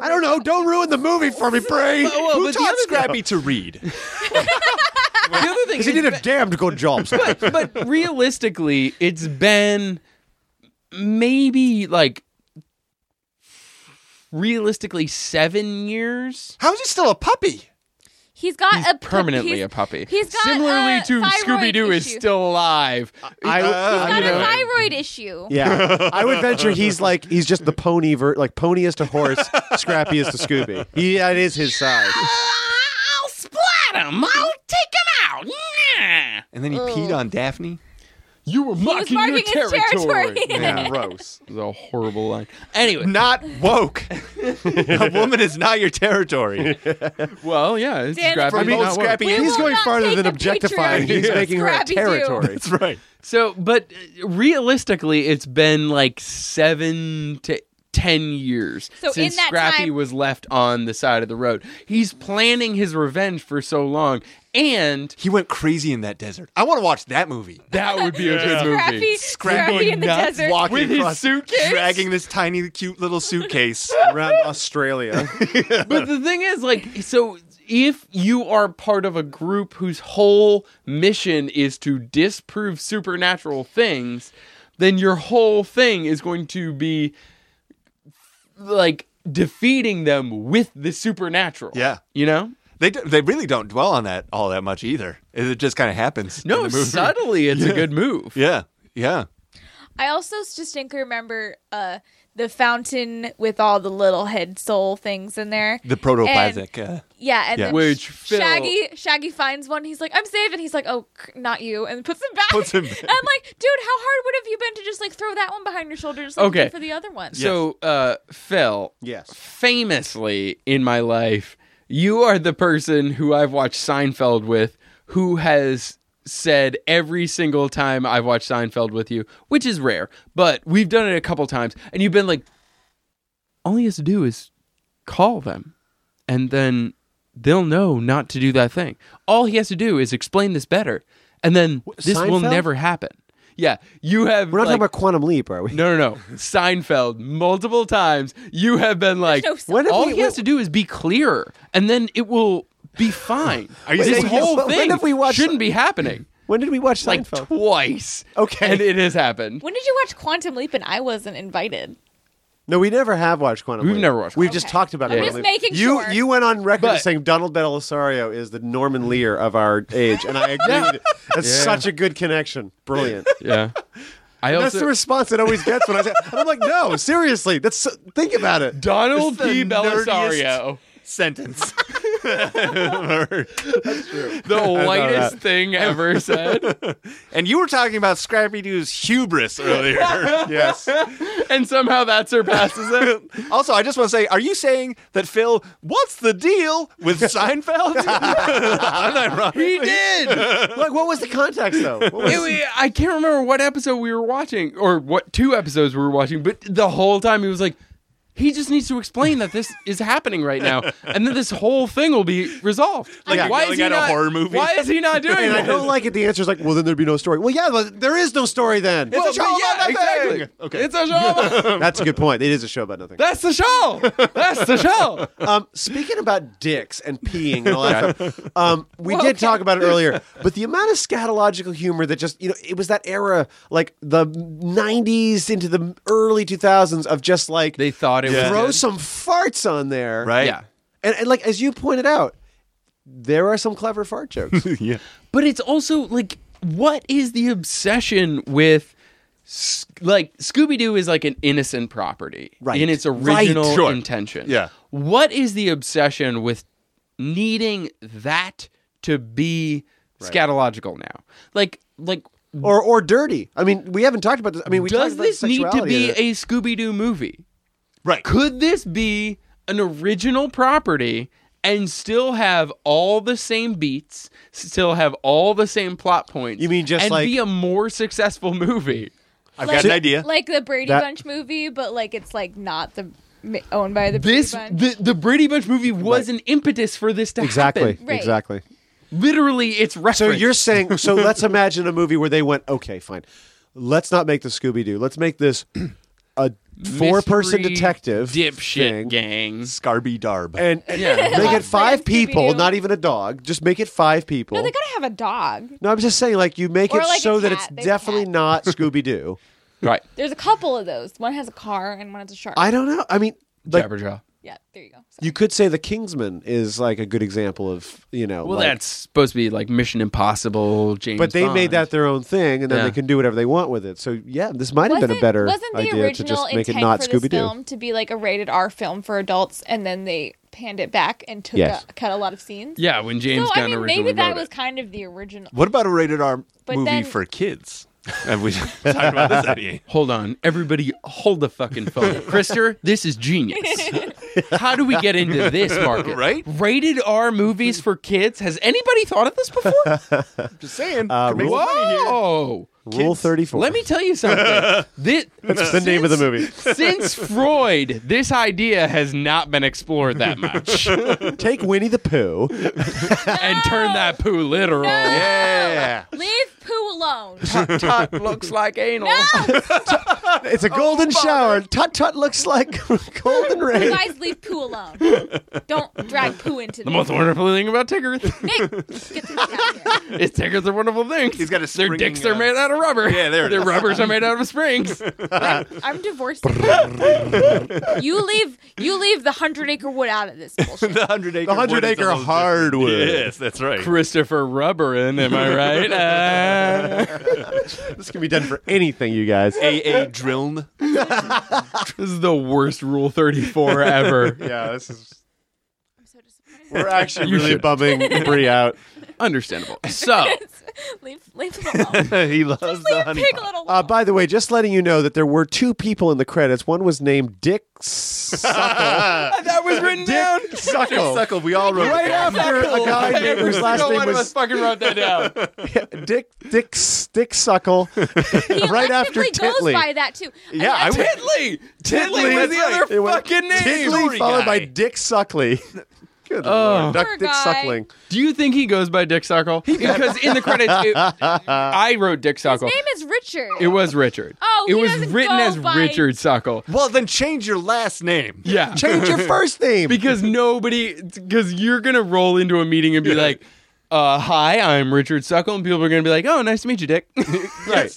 [SPEAKER 2] I don't know. Don't ruin the movie for me, Bree.
[SPEAKER 1] whoa,
[SPEAKER 4] Who
[SPEAKER 1] but the
[SPEAKER 4] taught
[SPEAKER 1] other-
[SPEAKER 4] Scrappy to read?
[SPEAKER 1] the other thing
[SPEAKER 2] Because he
[SPEAKER 1] is-
[SPEAKER 2] did a damned good job.
[SPEAKER 1] but realistically, it's been maybe like realistically seven years.
[SPEAKER 4] How is he still a puppy?
[SPEAKER 3] He's got
[SPEAKER 1] He's
[SPEAKER 3] a
[SPEAKER 1] permanently
[SPEAKER 3] Uh, he's-
[SPEAKER 1] a puppy.
[SPEAKER 3] He's got
[SPEAKER 1] Similarly
[SPEAKER 3] a
[SPEAKER 1] to Scooby
[SPEAKER 3] thyroid
[SPEAKER 1] Doo is
[SPEAKER 3] issue.
[SPEAKER 1] still alive.
[SPEAKER 2] I,
[SPEAKER 3] He's got
[SPEAKER 1] you know.
[SPEAKER 3] a thyroid issue.
[SPEAKER 2] Yeah, I would venture he's like he's just the pony, ver- like pony is to horse, Scrappy is to Scooby. He that is his size.
[SPEAKER 1] I'll splat him. I'll take him out. Yeah.
[SPEAKER 4] And then he peed on Daphne.
[SPEAKER 1] You were
[SPEAKER 3] was
[SPEAKER 1] mocking
[SPEAKER 3] marking
[SPEAKER 1] your
[SPEAKER 3] his
[SPEAKER 1] territory.
[SPEAKER 3] territory.
[SPEAKER 4] Yeah, gross.
[SPEAKER 1] It was a horrible line. Anyway,
[SPEAKER 4] Not woke. a woman is not your territory.
[SPEAKER 1] well, yeah, it's
[SPEAKER 3] Dan,
[SPEAKER 1] Scrappy.
[SPEAKER 3] I mean,
[SPEAKER 1] not
[SPEAKER 4] both
[SPEAKER 1] woke.
[SPEAKER 4] Scrappy
[SPEAKER 3] We
[SPEAKER 4] and-
[SPEAKER 3] will
[SPEAKER 2] He's going
[SPEAKER 3] not
[SPEAKER 2] farther
[SPEAKER 3] take
[SPEAKER 2] than
[SPEAKER 3] the
[SPEAKER 2] objectifying.
[SPEAKER 3] patriarchy
[SPEAKER 2] He's
[SPEAKER 3] from
[SPEAKER 2] making her a
[SPEAKER 3] Scrappy-Doo.
[SPEAKER 2] territory.
[SPEAKER 4] That's right.
[SPEAKER 1] So, but uh, realistically, it's been like seven to ten years
[SPEAKER 3] So in
[SPEAKER 1] since
[SPEAKER 3] that
[SPEAKER 1] Scrappy
[SPEAKER 3] time-
[SPEAKER 1] was left on the side of the road. He's planning his revenge for so long, and
[SPEAKER 4] He went crazy in that desert. I want to watch that movie.
[SPEAKER 1] that would be a good
[SPEAKER 3] Scrappy,
[SPEAKER 1] movie.
[SPEAKER 3] Scrappy in the
[SPEAKER 1] nuts,
[SPEAKER 3] desert.
[SPEAKER 4] Walking
[SPEAKER 1] With his
[SPEAKER 4] across-
[SPEAKER 1] suitcase?
[SPEAKER 4] dragging this tiny, cute little suitcase.
[SPEAKER 2] around Australia.
[SPEAKER 1] But the thing is, like, so if you are part of a group whose whole mission is to disprove supernatural things, then your whole thing is going to be like defeating them with the supernatural.
[SPEAKER 4] Yeah.
[SPEAKER 1] You know?
[SPEAKER 4] They d- they really don't dwell on that all that much either. It it just kind of happens. in
[SPEAKER 1] No,
[SPEAKER 4] the movie.
[SPEAKER 1] subtly, it's a good move.
[SPEAKER 4] Yeah, yeah.
[SPEAKER 3] I also distinctly remember uh, the fountain with all the little head soul things in there.
[SPEAKER 4] The protoplasmic. Uh,
[SPEAKER 3] Yeah, and
[SPEAKER 4] Yeah.
[SPEAKER 3] then
[SPEAKER 1] Which Phil-
[SPEAKER 3] Shaggy Shaggy finds one. He's like, "I'm saved," and he's like, "Oh, c- not you," and puts him back.
[SPEAKER 4] Puts him back.
[SPEAKER 3] I'm like, dude, how hard would have you been to just like throw that one behind your shoulder, just like
[SPEAKER 1] Okay.
[SPEAKER 3] do for the other one?
[SPEAKER 1] So, uh, Phil,
[SPEAKER 2] yes.
[SPEAKER 1] famously in my life, you are the person who I've watched Seinfeld with who has said every single time I've watched Seinfeld with you, which is rare, but we've done it a couple times, and you've been like, all he has to do is call them, and then they'll know not to do that thing. All he has to do is explain this better, and then this will
[SPEAKER 2] Seinfeld?
[SPEAKER 1] never happen. Yeah, you have.
[SPEAKER 2] We're not
[SPEAKER 1] like-
[SPEAKER 2] talking about Quantum Leap, are we?
[SPEAKER 1] no, no, no. Seinfeld, multiple times, you have been like,
[SPEAKER 3] There's no
[SPEAKER 2] When have
[SPEAKER 1] all
[SPEAKER 2] we-
[SPEAKER 1] he has to do is be clearer, and then it will be fine.
[SPEAKER 4] Are you
[SPEAKER 1] this
[SPEAKER 4] saying-
[SPEAKER 1] whole
[SPEAKER 2] when
[SPEAKER 1] thing
[SPEAKER 2] have we watched-
[SPEAKER 1] shouldn't be happening?
[SPEAKER 2] When did we watch
[SPEAKER 1] Like
[SPEAKER 2] Seinfeld?
[SPEAKER 1] twice.
[SPEAKER 2] Okay.
[SPEAKER 1] And it has happened.
[SPEAKER 3] when did you watch Quantum Leap and I wasn't invited?
[SPEAKER 2] no, we never have watched Quantum
[SPEAKER 1] We've
[SPEAKER 2] Leap.
[SPEAKER 1] never watched
[SPEAKER 2] We've
[SPEAKER 1] Quantum
[SPEAKER 2] just
[SPEAKER 3] Leap.
[SPEAKER 2] talked about
[SPEAKER 1] I'm
[SPEAKER 2] Quantum
[SPEAKER 3] just
[SPEAKER 2] Leap.
[SPEAKER 3] making
[SPEAKER 2] you,
[SPEAKER 3] sure.
[SPEAKER 2] You went on record
[SPEAKER 1] But-
[SPEAKER 2] as saying Donald Belisario is the Norman Lear of our age, and I agree. with you. That's
[SPEAKER 1] Yeah.
[SPEAKER 2] such a good connection. Brilliant.
[SPEAKER 1] Yeah. I
[SPEAKER 2] That's the
[SPEAKER 1] also.
[SPEAKER 2] response it always gets when I say, and I'm like, no, seriously, that's so, think about it.
[SPEAKER 1] Donald
[SPEAKER 4] It's the
[SPEAKER 1] P. Belisario.
[SPEAKER 4] sentence.
[SPEAKER 1] the whitest thing ever said.
[SPEAKER 4] and you were talking about Scrappy Doo's hubris earlier. yes.
[SPEAKER 1] and somehow that surpasses it.
[SPEAKER 4] Also, I just want to say, are you saying that Phil, what's the deal with Seinfeld? Unironically.
[SPEAKER 1] He did.
[SPEAKER 2] like, what was the context though? What was-
[SPEAKER 1] It wa- I can't remember what episode we were watching or what two episodes we were watching, but the whole time he was like, he just needs to explain that this is happening right now, and then this whole thing will be resolved.
[SPEAKER 4] Like yelling at a
[SPEAKER 1] not,
[SPEAKER 4] horror movie?
[SPEAKER 1] Why is he not doing
[SPEAKER 2] and I
[SPEAKER 1] it?
[SPEAKER 2] don't like it. The answer is like, well, then there'd be no story. Well, yeah, well, there is no story then.
[SPEAKER 1] Well, but
[SPEAKER 4] show about
[SPEAKER 1] yeah,
[SPEAKER 4] nothing.
[SPEAKER 1] exactly.
[SPEAKER 4] Okay.
[SPEAKER 1] It's a show. about-
[SPEAKER 2] That's a good point. It is a show about nothing.
[SPEAKER 1] That's the show. That's the show.
[SPEAKER 2] Um, speaking about dicks and peeing and all that stuff, um, we did talk about it earlier, but the amount of scatological humor that just, you know, it was that era, like the 90s into the early 2000s of just like,
[SPEAKER 1] They thought it
[SPEAKER 4] Yeah.
[SPEAKER 1] was
[SPEAKER 2] throw
[SPEAKER 1] good.
[SPEAKER 2] some farts on there.
[SPEAKER 4] Right?
[SPEAKER 1] Yeah.
[SPEAKER 2] And, and like, as you pointed out, there are some clever fart jokes.
[SPEAKER 4] yeah.
[SPEAKER 1] But it's also like, what is the obsession with? s- Like Scooby Doo is like an innocent property
[SPEAKER 2] Right.
[SPEAKER 1] in its
[SPEAKER 2] Right.
[SPEAKER 1] original
[SPEAKER 4] Sure.
[SPEAKER 1] intention.
[SPEAKER 4] Yeah.
[SPEAKER 1] What is the obsession with needing that to be scatological now? Like, like
[SPEAKER 2] or, or dirty. I mean, we haven't talked about this. I mean, we
[SPEAKER 1] does
[SPEAKER 2] talked about
[SPEAKER 1] this need to
[SPEAKER 2] sexuality
[SPEAKER 1] be
[SPEAKER 2] in it.
[SPEAKER 1] a Scooby Doo movie?
[SPEAKER 4] Right.
[SPEAKER 1] Could this be an original property and still have all the same beats, still have all the same plot points?
[SPEAKER 2] You mean just
[SPEAKER 1] and
[SPEAKER 2] like-
[SPEAKER 1] be a more successful movie?
[SPEAKER 4] I've
[SPEAKER 3] Like-
[SPEAKER 4] got an idea.
[SPEAKER 3] Like the Brady
[SPEAKER 2] That-
[SPEAKER 3] Bunch movie, but like it's like not the mi- owned by the
[SPEAKER 1] This
[SPEAKER 3] Brady Bunch.
[SPEAKER 1] the the Brady Bunch movie was an impetus for this to
[SPEAKER 2] Exactly.
[SPEAKER 1] happen.
[SPEAKER 3] Right.
[SPEAKER 2] Exactly.
[SPEAKER 1] Literally, it's reference.
[SPEAKER 2] So you're saying so? Let's imagine a movie where they went, okay, fine. Let's not make the Scooby Doo. Let's make this a four-person
[SPEAKER 1] Mystery
[SPEAKER 2] detective
[SPEAKER 1] dipshit
[SPEAKER 2] thing.
[SPEAKER 1] gang.
[SPEAKER 4] Scarby Darb.
[SPEAKER 2] and, and
[SPEAKER 1] Yeah.
[SPEAKER 2] make it five people,
[SPEAKER 3] Scooby-Doo.
[SPEAKER 2] not even a dog. Just make it five people.
[SPEAKER 3] no, they gotta have a dog.
[SPEAKER 2] No, I'm just saying, like you make
[SPEAKER 3] Or
[SPEAKER 2] it
[SPEAKER 3] like a
[SPEAKER 2] so that
[SPEAKER 3] cat.
[SPEAKER 2] it's
[SPEAKER 3] They have a
[SPEAKER 2] definitely
[SPEAKER 3] cat.
[SPEAKER 2] not Scooby Doo.
[SPEAKER 1] right.
[SPEAKER 3] There's a couple of those. One has a car and one has a shark.
[SPEAKER 2] I don't know. I mean, like
[SPEAKER 1] Jabberjaw.
[SPEAKER 3] yeah, there you go. Sorry.
[SPEAKER 2] you could say the Kingsman is like a good example of you know.
[SPEAKER 1] Well,
[SPEAKER 2] like-
[SPEAKER 1] that's supposed to be like Mission Impossible, James.
[SPEAKER 2] But they made
[SPEAKER 1] Bond.
[SPEAKER 2] that their own thing, and then
[SPEAKER 1] Yeah.
[SPEAKER 2] they can do whatever they want with it. So yeah, this might have been a better
[SPEAKER 3] wasn't the
[SPEAKER 2] idea to
[SPEAKER 3] original
[SPEAKER 2] just make it
[SPEAKER 3] intent
[SPEAKER 2] not
[SPEAKER 3] for this
[SPEAKER 2] Scooby Doo.
[SPEAKER 3] film to be like a rated R film for adults, and then they panned it back and took
[SPEAKER 2] Yes.
[SPEAKER 3] a, cut a lot of scenes.
[SPEAKER 1] Yeah, when James
[SPEAKER 3] so I
[SPEAKER 1] Gunn
[SPEAKER 3] mean,
[SPEAKER 1] originally
[SPEAKER 3] maybe that
[SPEAKER 1] wrote
[SPEAKER 3] was
[SPEAKER 1] it.
[SPEAKER 3] kind of the original.
[SPEAKER 4] What about a rated R
[SPEAKER 3] But
[SPEAKER 4] movie
[SPEAKER 3] then-
[SPEAKER 4] for kids? Have we talked about this idea?
[SPEAKER 1] Hold on, everybody, hold the fucking phone. Krister, this is genius. How do we get into this market?
[SPEAKER 4] Right?
[SPEAKER 1] Rated R movies for kids. Has anybody thought of this before?
[SPEAKER 4] Just saying.
[SPEAKER 2] Uh,
[SPEAKER 4] Could make some money here.
[SPEAKER 1] Whoa!
[SPEAKER 2] Rule thirty four.
[SPEAKER 1] Let me tell you something. This,
[SPEAKER 2] the name of the movie.
[SPEAKER 1] Since Freud, this idea has not been explored that much.
[SPEAKER 2] Take Winnie the Pooh.
[SPEAKER 1] And turn that poo literal.
[SPEAKER 4] Yeah.
[SPEAKER 3] Leave poo alone.
[SPEAKER 1] Tut looks like anal.
[SPEAKER 2] It's a golden shower. Tut tut looks like golden
[SPEAKER 3] You
[SPEAKER 2] rain.
[SPEAKER 3] guys leave poo alone. Don't drag poo into
[SPEAKER 1] The most wonderful thing about Tiggerth
[SPEAKER 3] Nick, get this out of here.
[SPEAKER 1] is Tiggerths are wonderful things.
[SPEAKER 4] He's got a
[SPEAKER 1] Their
[SPEAKER 4] springing,
[SPEAKER 1] dicks are
[SPEAKER 4] uh,
[SPEAKER 1] made out of rubber.
[SPEAKER 4] Yeah, there it
[SPEAKER 1] Their
[SPEAKER 4] is.
[SPEAKER 1] rubbers are made out of springs.
[SPEAKER 3] I'm divorced. you leave you leave the hundred acre wood out of this bullshit.
[SPEAKER 4] The hundred acre.
[SPEAKER 2] The hundred
[SPEAKER 4] wood is a
[SPEAKER 2] acre
[SPEAKER 4] little
[SPEAKER 2] hardwood.
[SPEAKER 4] different. Yes, that's right.
[SPEAKER 1] Christopher Rubberin, am I right? Uh,
[SPEAKER 2] This can be done for anything, you guys.
[SPEAKER 4] A A Drilln.
[SPEAKER 1] this is the worst Rule 34 ever.
[SPEAKER 2] Yeah, this is.
[SPEAKER 3] I'm so disappointed.
[SPEAKER 2] We're actually
[SPEAKER 1] You should.
[SPEAKER 2] bumming Bree out.
[SPEAKER 1] Understandable. So,
[SPEAKER 3] leave leave him alone.
[SPEAKER 4] he loves the
[SPEAKER 3] Leave
[SPEAKER 4] honey.
[SPEAKER 3] pig alone.
[SPEAKER 2] Uh, by the way, just letting you know that there were two people in the credits. One was named Dick Suckle.
[SPEAKER 1] that was written down.
[SPEAKER 2] Dick Suckle.
[SPEAKER 4] Suckle. We all wrote
[SPEAKER 2] Right
[SPEAKER 4] it down.
[SPEAKER 2] after a guy
[SPEAKER 1] Every
[SPEAKER 2] named whose last
[SPEAKER 1] single
[SPEAKER 2] name
[SPEAKER 1] one of
[SPEAKER 2] was
[SPEAKER 1] us fucking wrote that down.
[SPEAKER 2] Dick Dick S- Dick Suckle.
[SPEAKER 3] he
[SPEAKER 2] right after
[SPEAKER 3] technically
[SPEAKER 2] Titley.
[SPEAKER 3] goes by that too.
[SPEAKER 4] Yeah, I
[SPEAKER 3] I,
[SPEAKER 4] would-
[SPEAKER 3] mean,
[SPEAKER 1] Tiddly. Tiddly was the
[SPEAKER 2] It
[SPEAKER 1] other
[SPEAKER 2] was
[SPEAKER 1] fucking name.
[SPEAKER 2] Tiddly
[SPEAKER 4] Story
[SPEAKER 2] followed by
[SPEAKER 4] guy.
[SPEAKER 2] Dick Suckley. Good
[SPEAKER 1] Oh.
[SPEAKER 2] lord. Duck
[SPEAKER 3] Poor
[SPEAKER 2] Dick
[SPEAKER 3] guy.
[SPEAKER 2] Suckling.
[SPEAKER 1] Do you think he goes by Dick Suckle? Because in the credits, it- I wrote Dick Suckle.
[SPEAKER 3] his name is Richard.
[SPEAKER 1] It was Richard.
[SPEAKER 3] Oh,
[SPEAKER 1] it
[SPEAKER 3] he
[SPEAKER 1] was
[SPEAKER 3] doesn't
[SPEAKER 1] written
[SPEAKER 3] go
[SPEAKER 1] as
[SPEAKER 3] by-
[SPEAKER 1] Richard Suckle.
[SPEAKER 4] Well, then change your last name.
[SPEAKER 1] Yeah.
[SPEAKER 2] Change your first name.
[SPEAKER 1] because nobody because you're gonna roll into a meeting and be like uh, hi i'm richard suckle and people are gonna be like oh nice to meet you dick
[SPEAKER 2] right.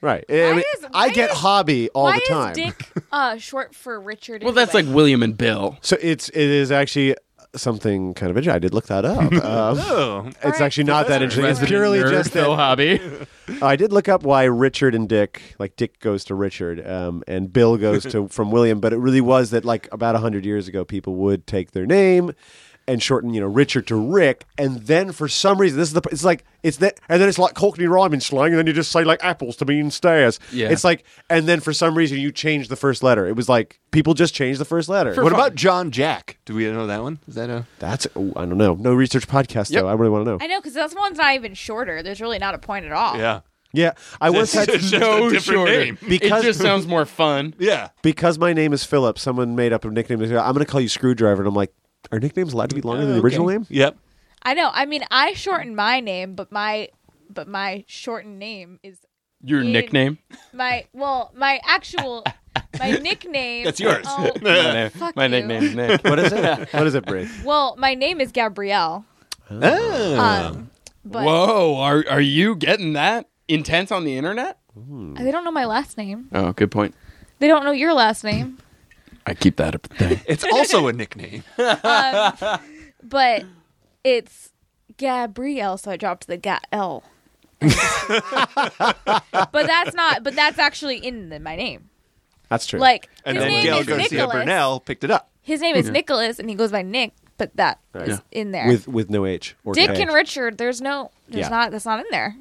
[SPEAKER 2] Right. I, mean,
[SPEAKER 3] is-
[SPEAKER 2] I
[SPEAKER 3] why
[SPEAKER 2] get
[SPEAKER 3] is-
[SPEAKER 2] hobby all
[SPEAKER 3] Why
[SPEAKER 2] the time.
[SPEAKER 3] is Dick uh, short for Richard?
[SPEAKER 1] well that's like william and bill
[SPEAKER 2] so it's it is actually something kind of interesting. I did look that up. Um,
[SPEAKER 4] Oh,
[SPEAKER 2] it's actually not that interesting. It's
[SPEAKER 1] Resident
[SPEAKER 2] purely
[SPEAKER 1] nerd
[SPEAKER 2] just
[SPEAKER 1] Phil
[SPEAKER 2] that
[SPEAKER 1] hobby
[SPEAKER 2] I did look up why Richard and Dick, like Dick goes to Richard, um, and Bill goes to from William. But it really was that like about hundred years ago, people would take their name. and shorten you know Richard to Rick, and then for some reason this is the it's like it's that and then it's like Cockney rhyming slang, and then you just say like apples to mean stairs.
[SPEAKER 1] Yeah.
[SPEAKER 2] it's like and then for some reason you change the first letter. It was like people just changed the first letter.
[SPEAKER 4] What about John Jack? Do we know that one? Is that a
[SPEAKER 2] That's oh, I don't know. No research podcast
[SPEAKER 1] Yep.
[SPEAKER 2] though. I really want to know.
[SPEAKER 3] I know because this one's not even shorter. There's really not a point at all.
[SPEAKER 4] yeah?
[SPEAKER 2] yeah, I once had
[SPEAKER 4] It's just
[SPEAKER 1] no
[SPEAKER 4] a different
[SPEAKER 1] shorter.
[SPEAKER 4] name.
[SPEAKER 2] Because-
[SPEAKER 1] it just sounds more fun.
[SPEAKER 4] Yeah.
[SPEAKER 2] because my name is Philip. Someone made up a nickname. They said, I'm going to call you Screwdriver, and I'm like, are nicknames allowed to be longer than the original name?
[SPEAKER 4] Yep.
[SPEAKER 3] I know. I mean, I shortened my name, but my but my shortened name is
[SPEAKER 1] Your
[SPEAKER 3] Ian.
[SPEAKER 1] nickname?
[SPEAKER 3] my well, my actual my nickname.
[SPEAKER 4] That's yours.
[SPEAKER 3] Oh,
[SPEAKER 1] My, name-
[SPEAKER 3] fuck
[SPEAKER 1] my
[SPEAKER 3] you.
[SPEAKER 1] nickname's Nick.
[SPEAKER 2] What is it? what is it, Brie?
[SPEAKER 3] Well, my name is Gabrielle.
[SPEAKER 4] Oh.
[SPEAKER 3] Um, but
[SPEAKER 1] Whoa, are are you getting that intense on the internet?
[SPEAKER 3] they don't know my last name.
[SPEAKER 1] Oh, good point.
[SPEAKER 3] They don't know your last name.
[SPEAKER 1] I keep that up there.
[SPEAKER 4] It's also a nickname.
[SPEAKER 3] Um, but it's Gabrielle, so I dropped the ga L. but that's not. But that's actually in the, my name.
[SPEAKER 2] That's true.
[SPEAKER 3] Like
[SPEAKER 4] And
[SPEAKER 3] his
[SPEAKER 4] then
[SPEAKER 3] name
[SPEAKER 4] Gail
[SPEAKER 3] is
[SPEAKER 4] Garcia
[SPEAKER 3] Nicholas.
[SPEAKER 4] Burnell picked it up.
[SPEAKER 3] His name is Nicholas, and he goes by Nick. But that is
[SPEAKER 2] Right. Yeah.
[SPEAKER 3] in there.
[SPEAKER 2] with with no H or
[SPEAKER 3] Dick
[SPEAKER 2] K.
[SPEAKER 3] and Richard, there's no, there's
[SPEAKER 2] Yeah.
[SPEAKER 3] not, that's not in there.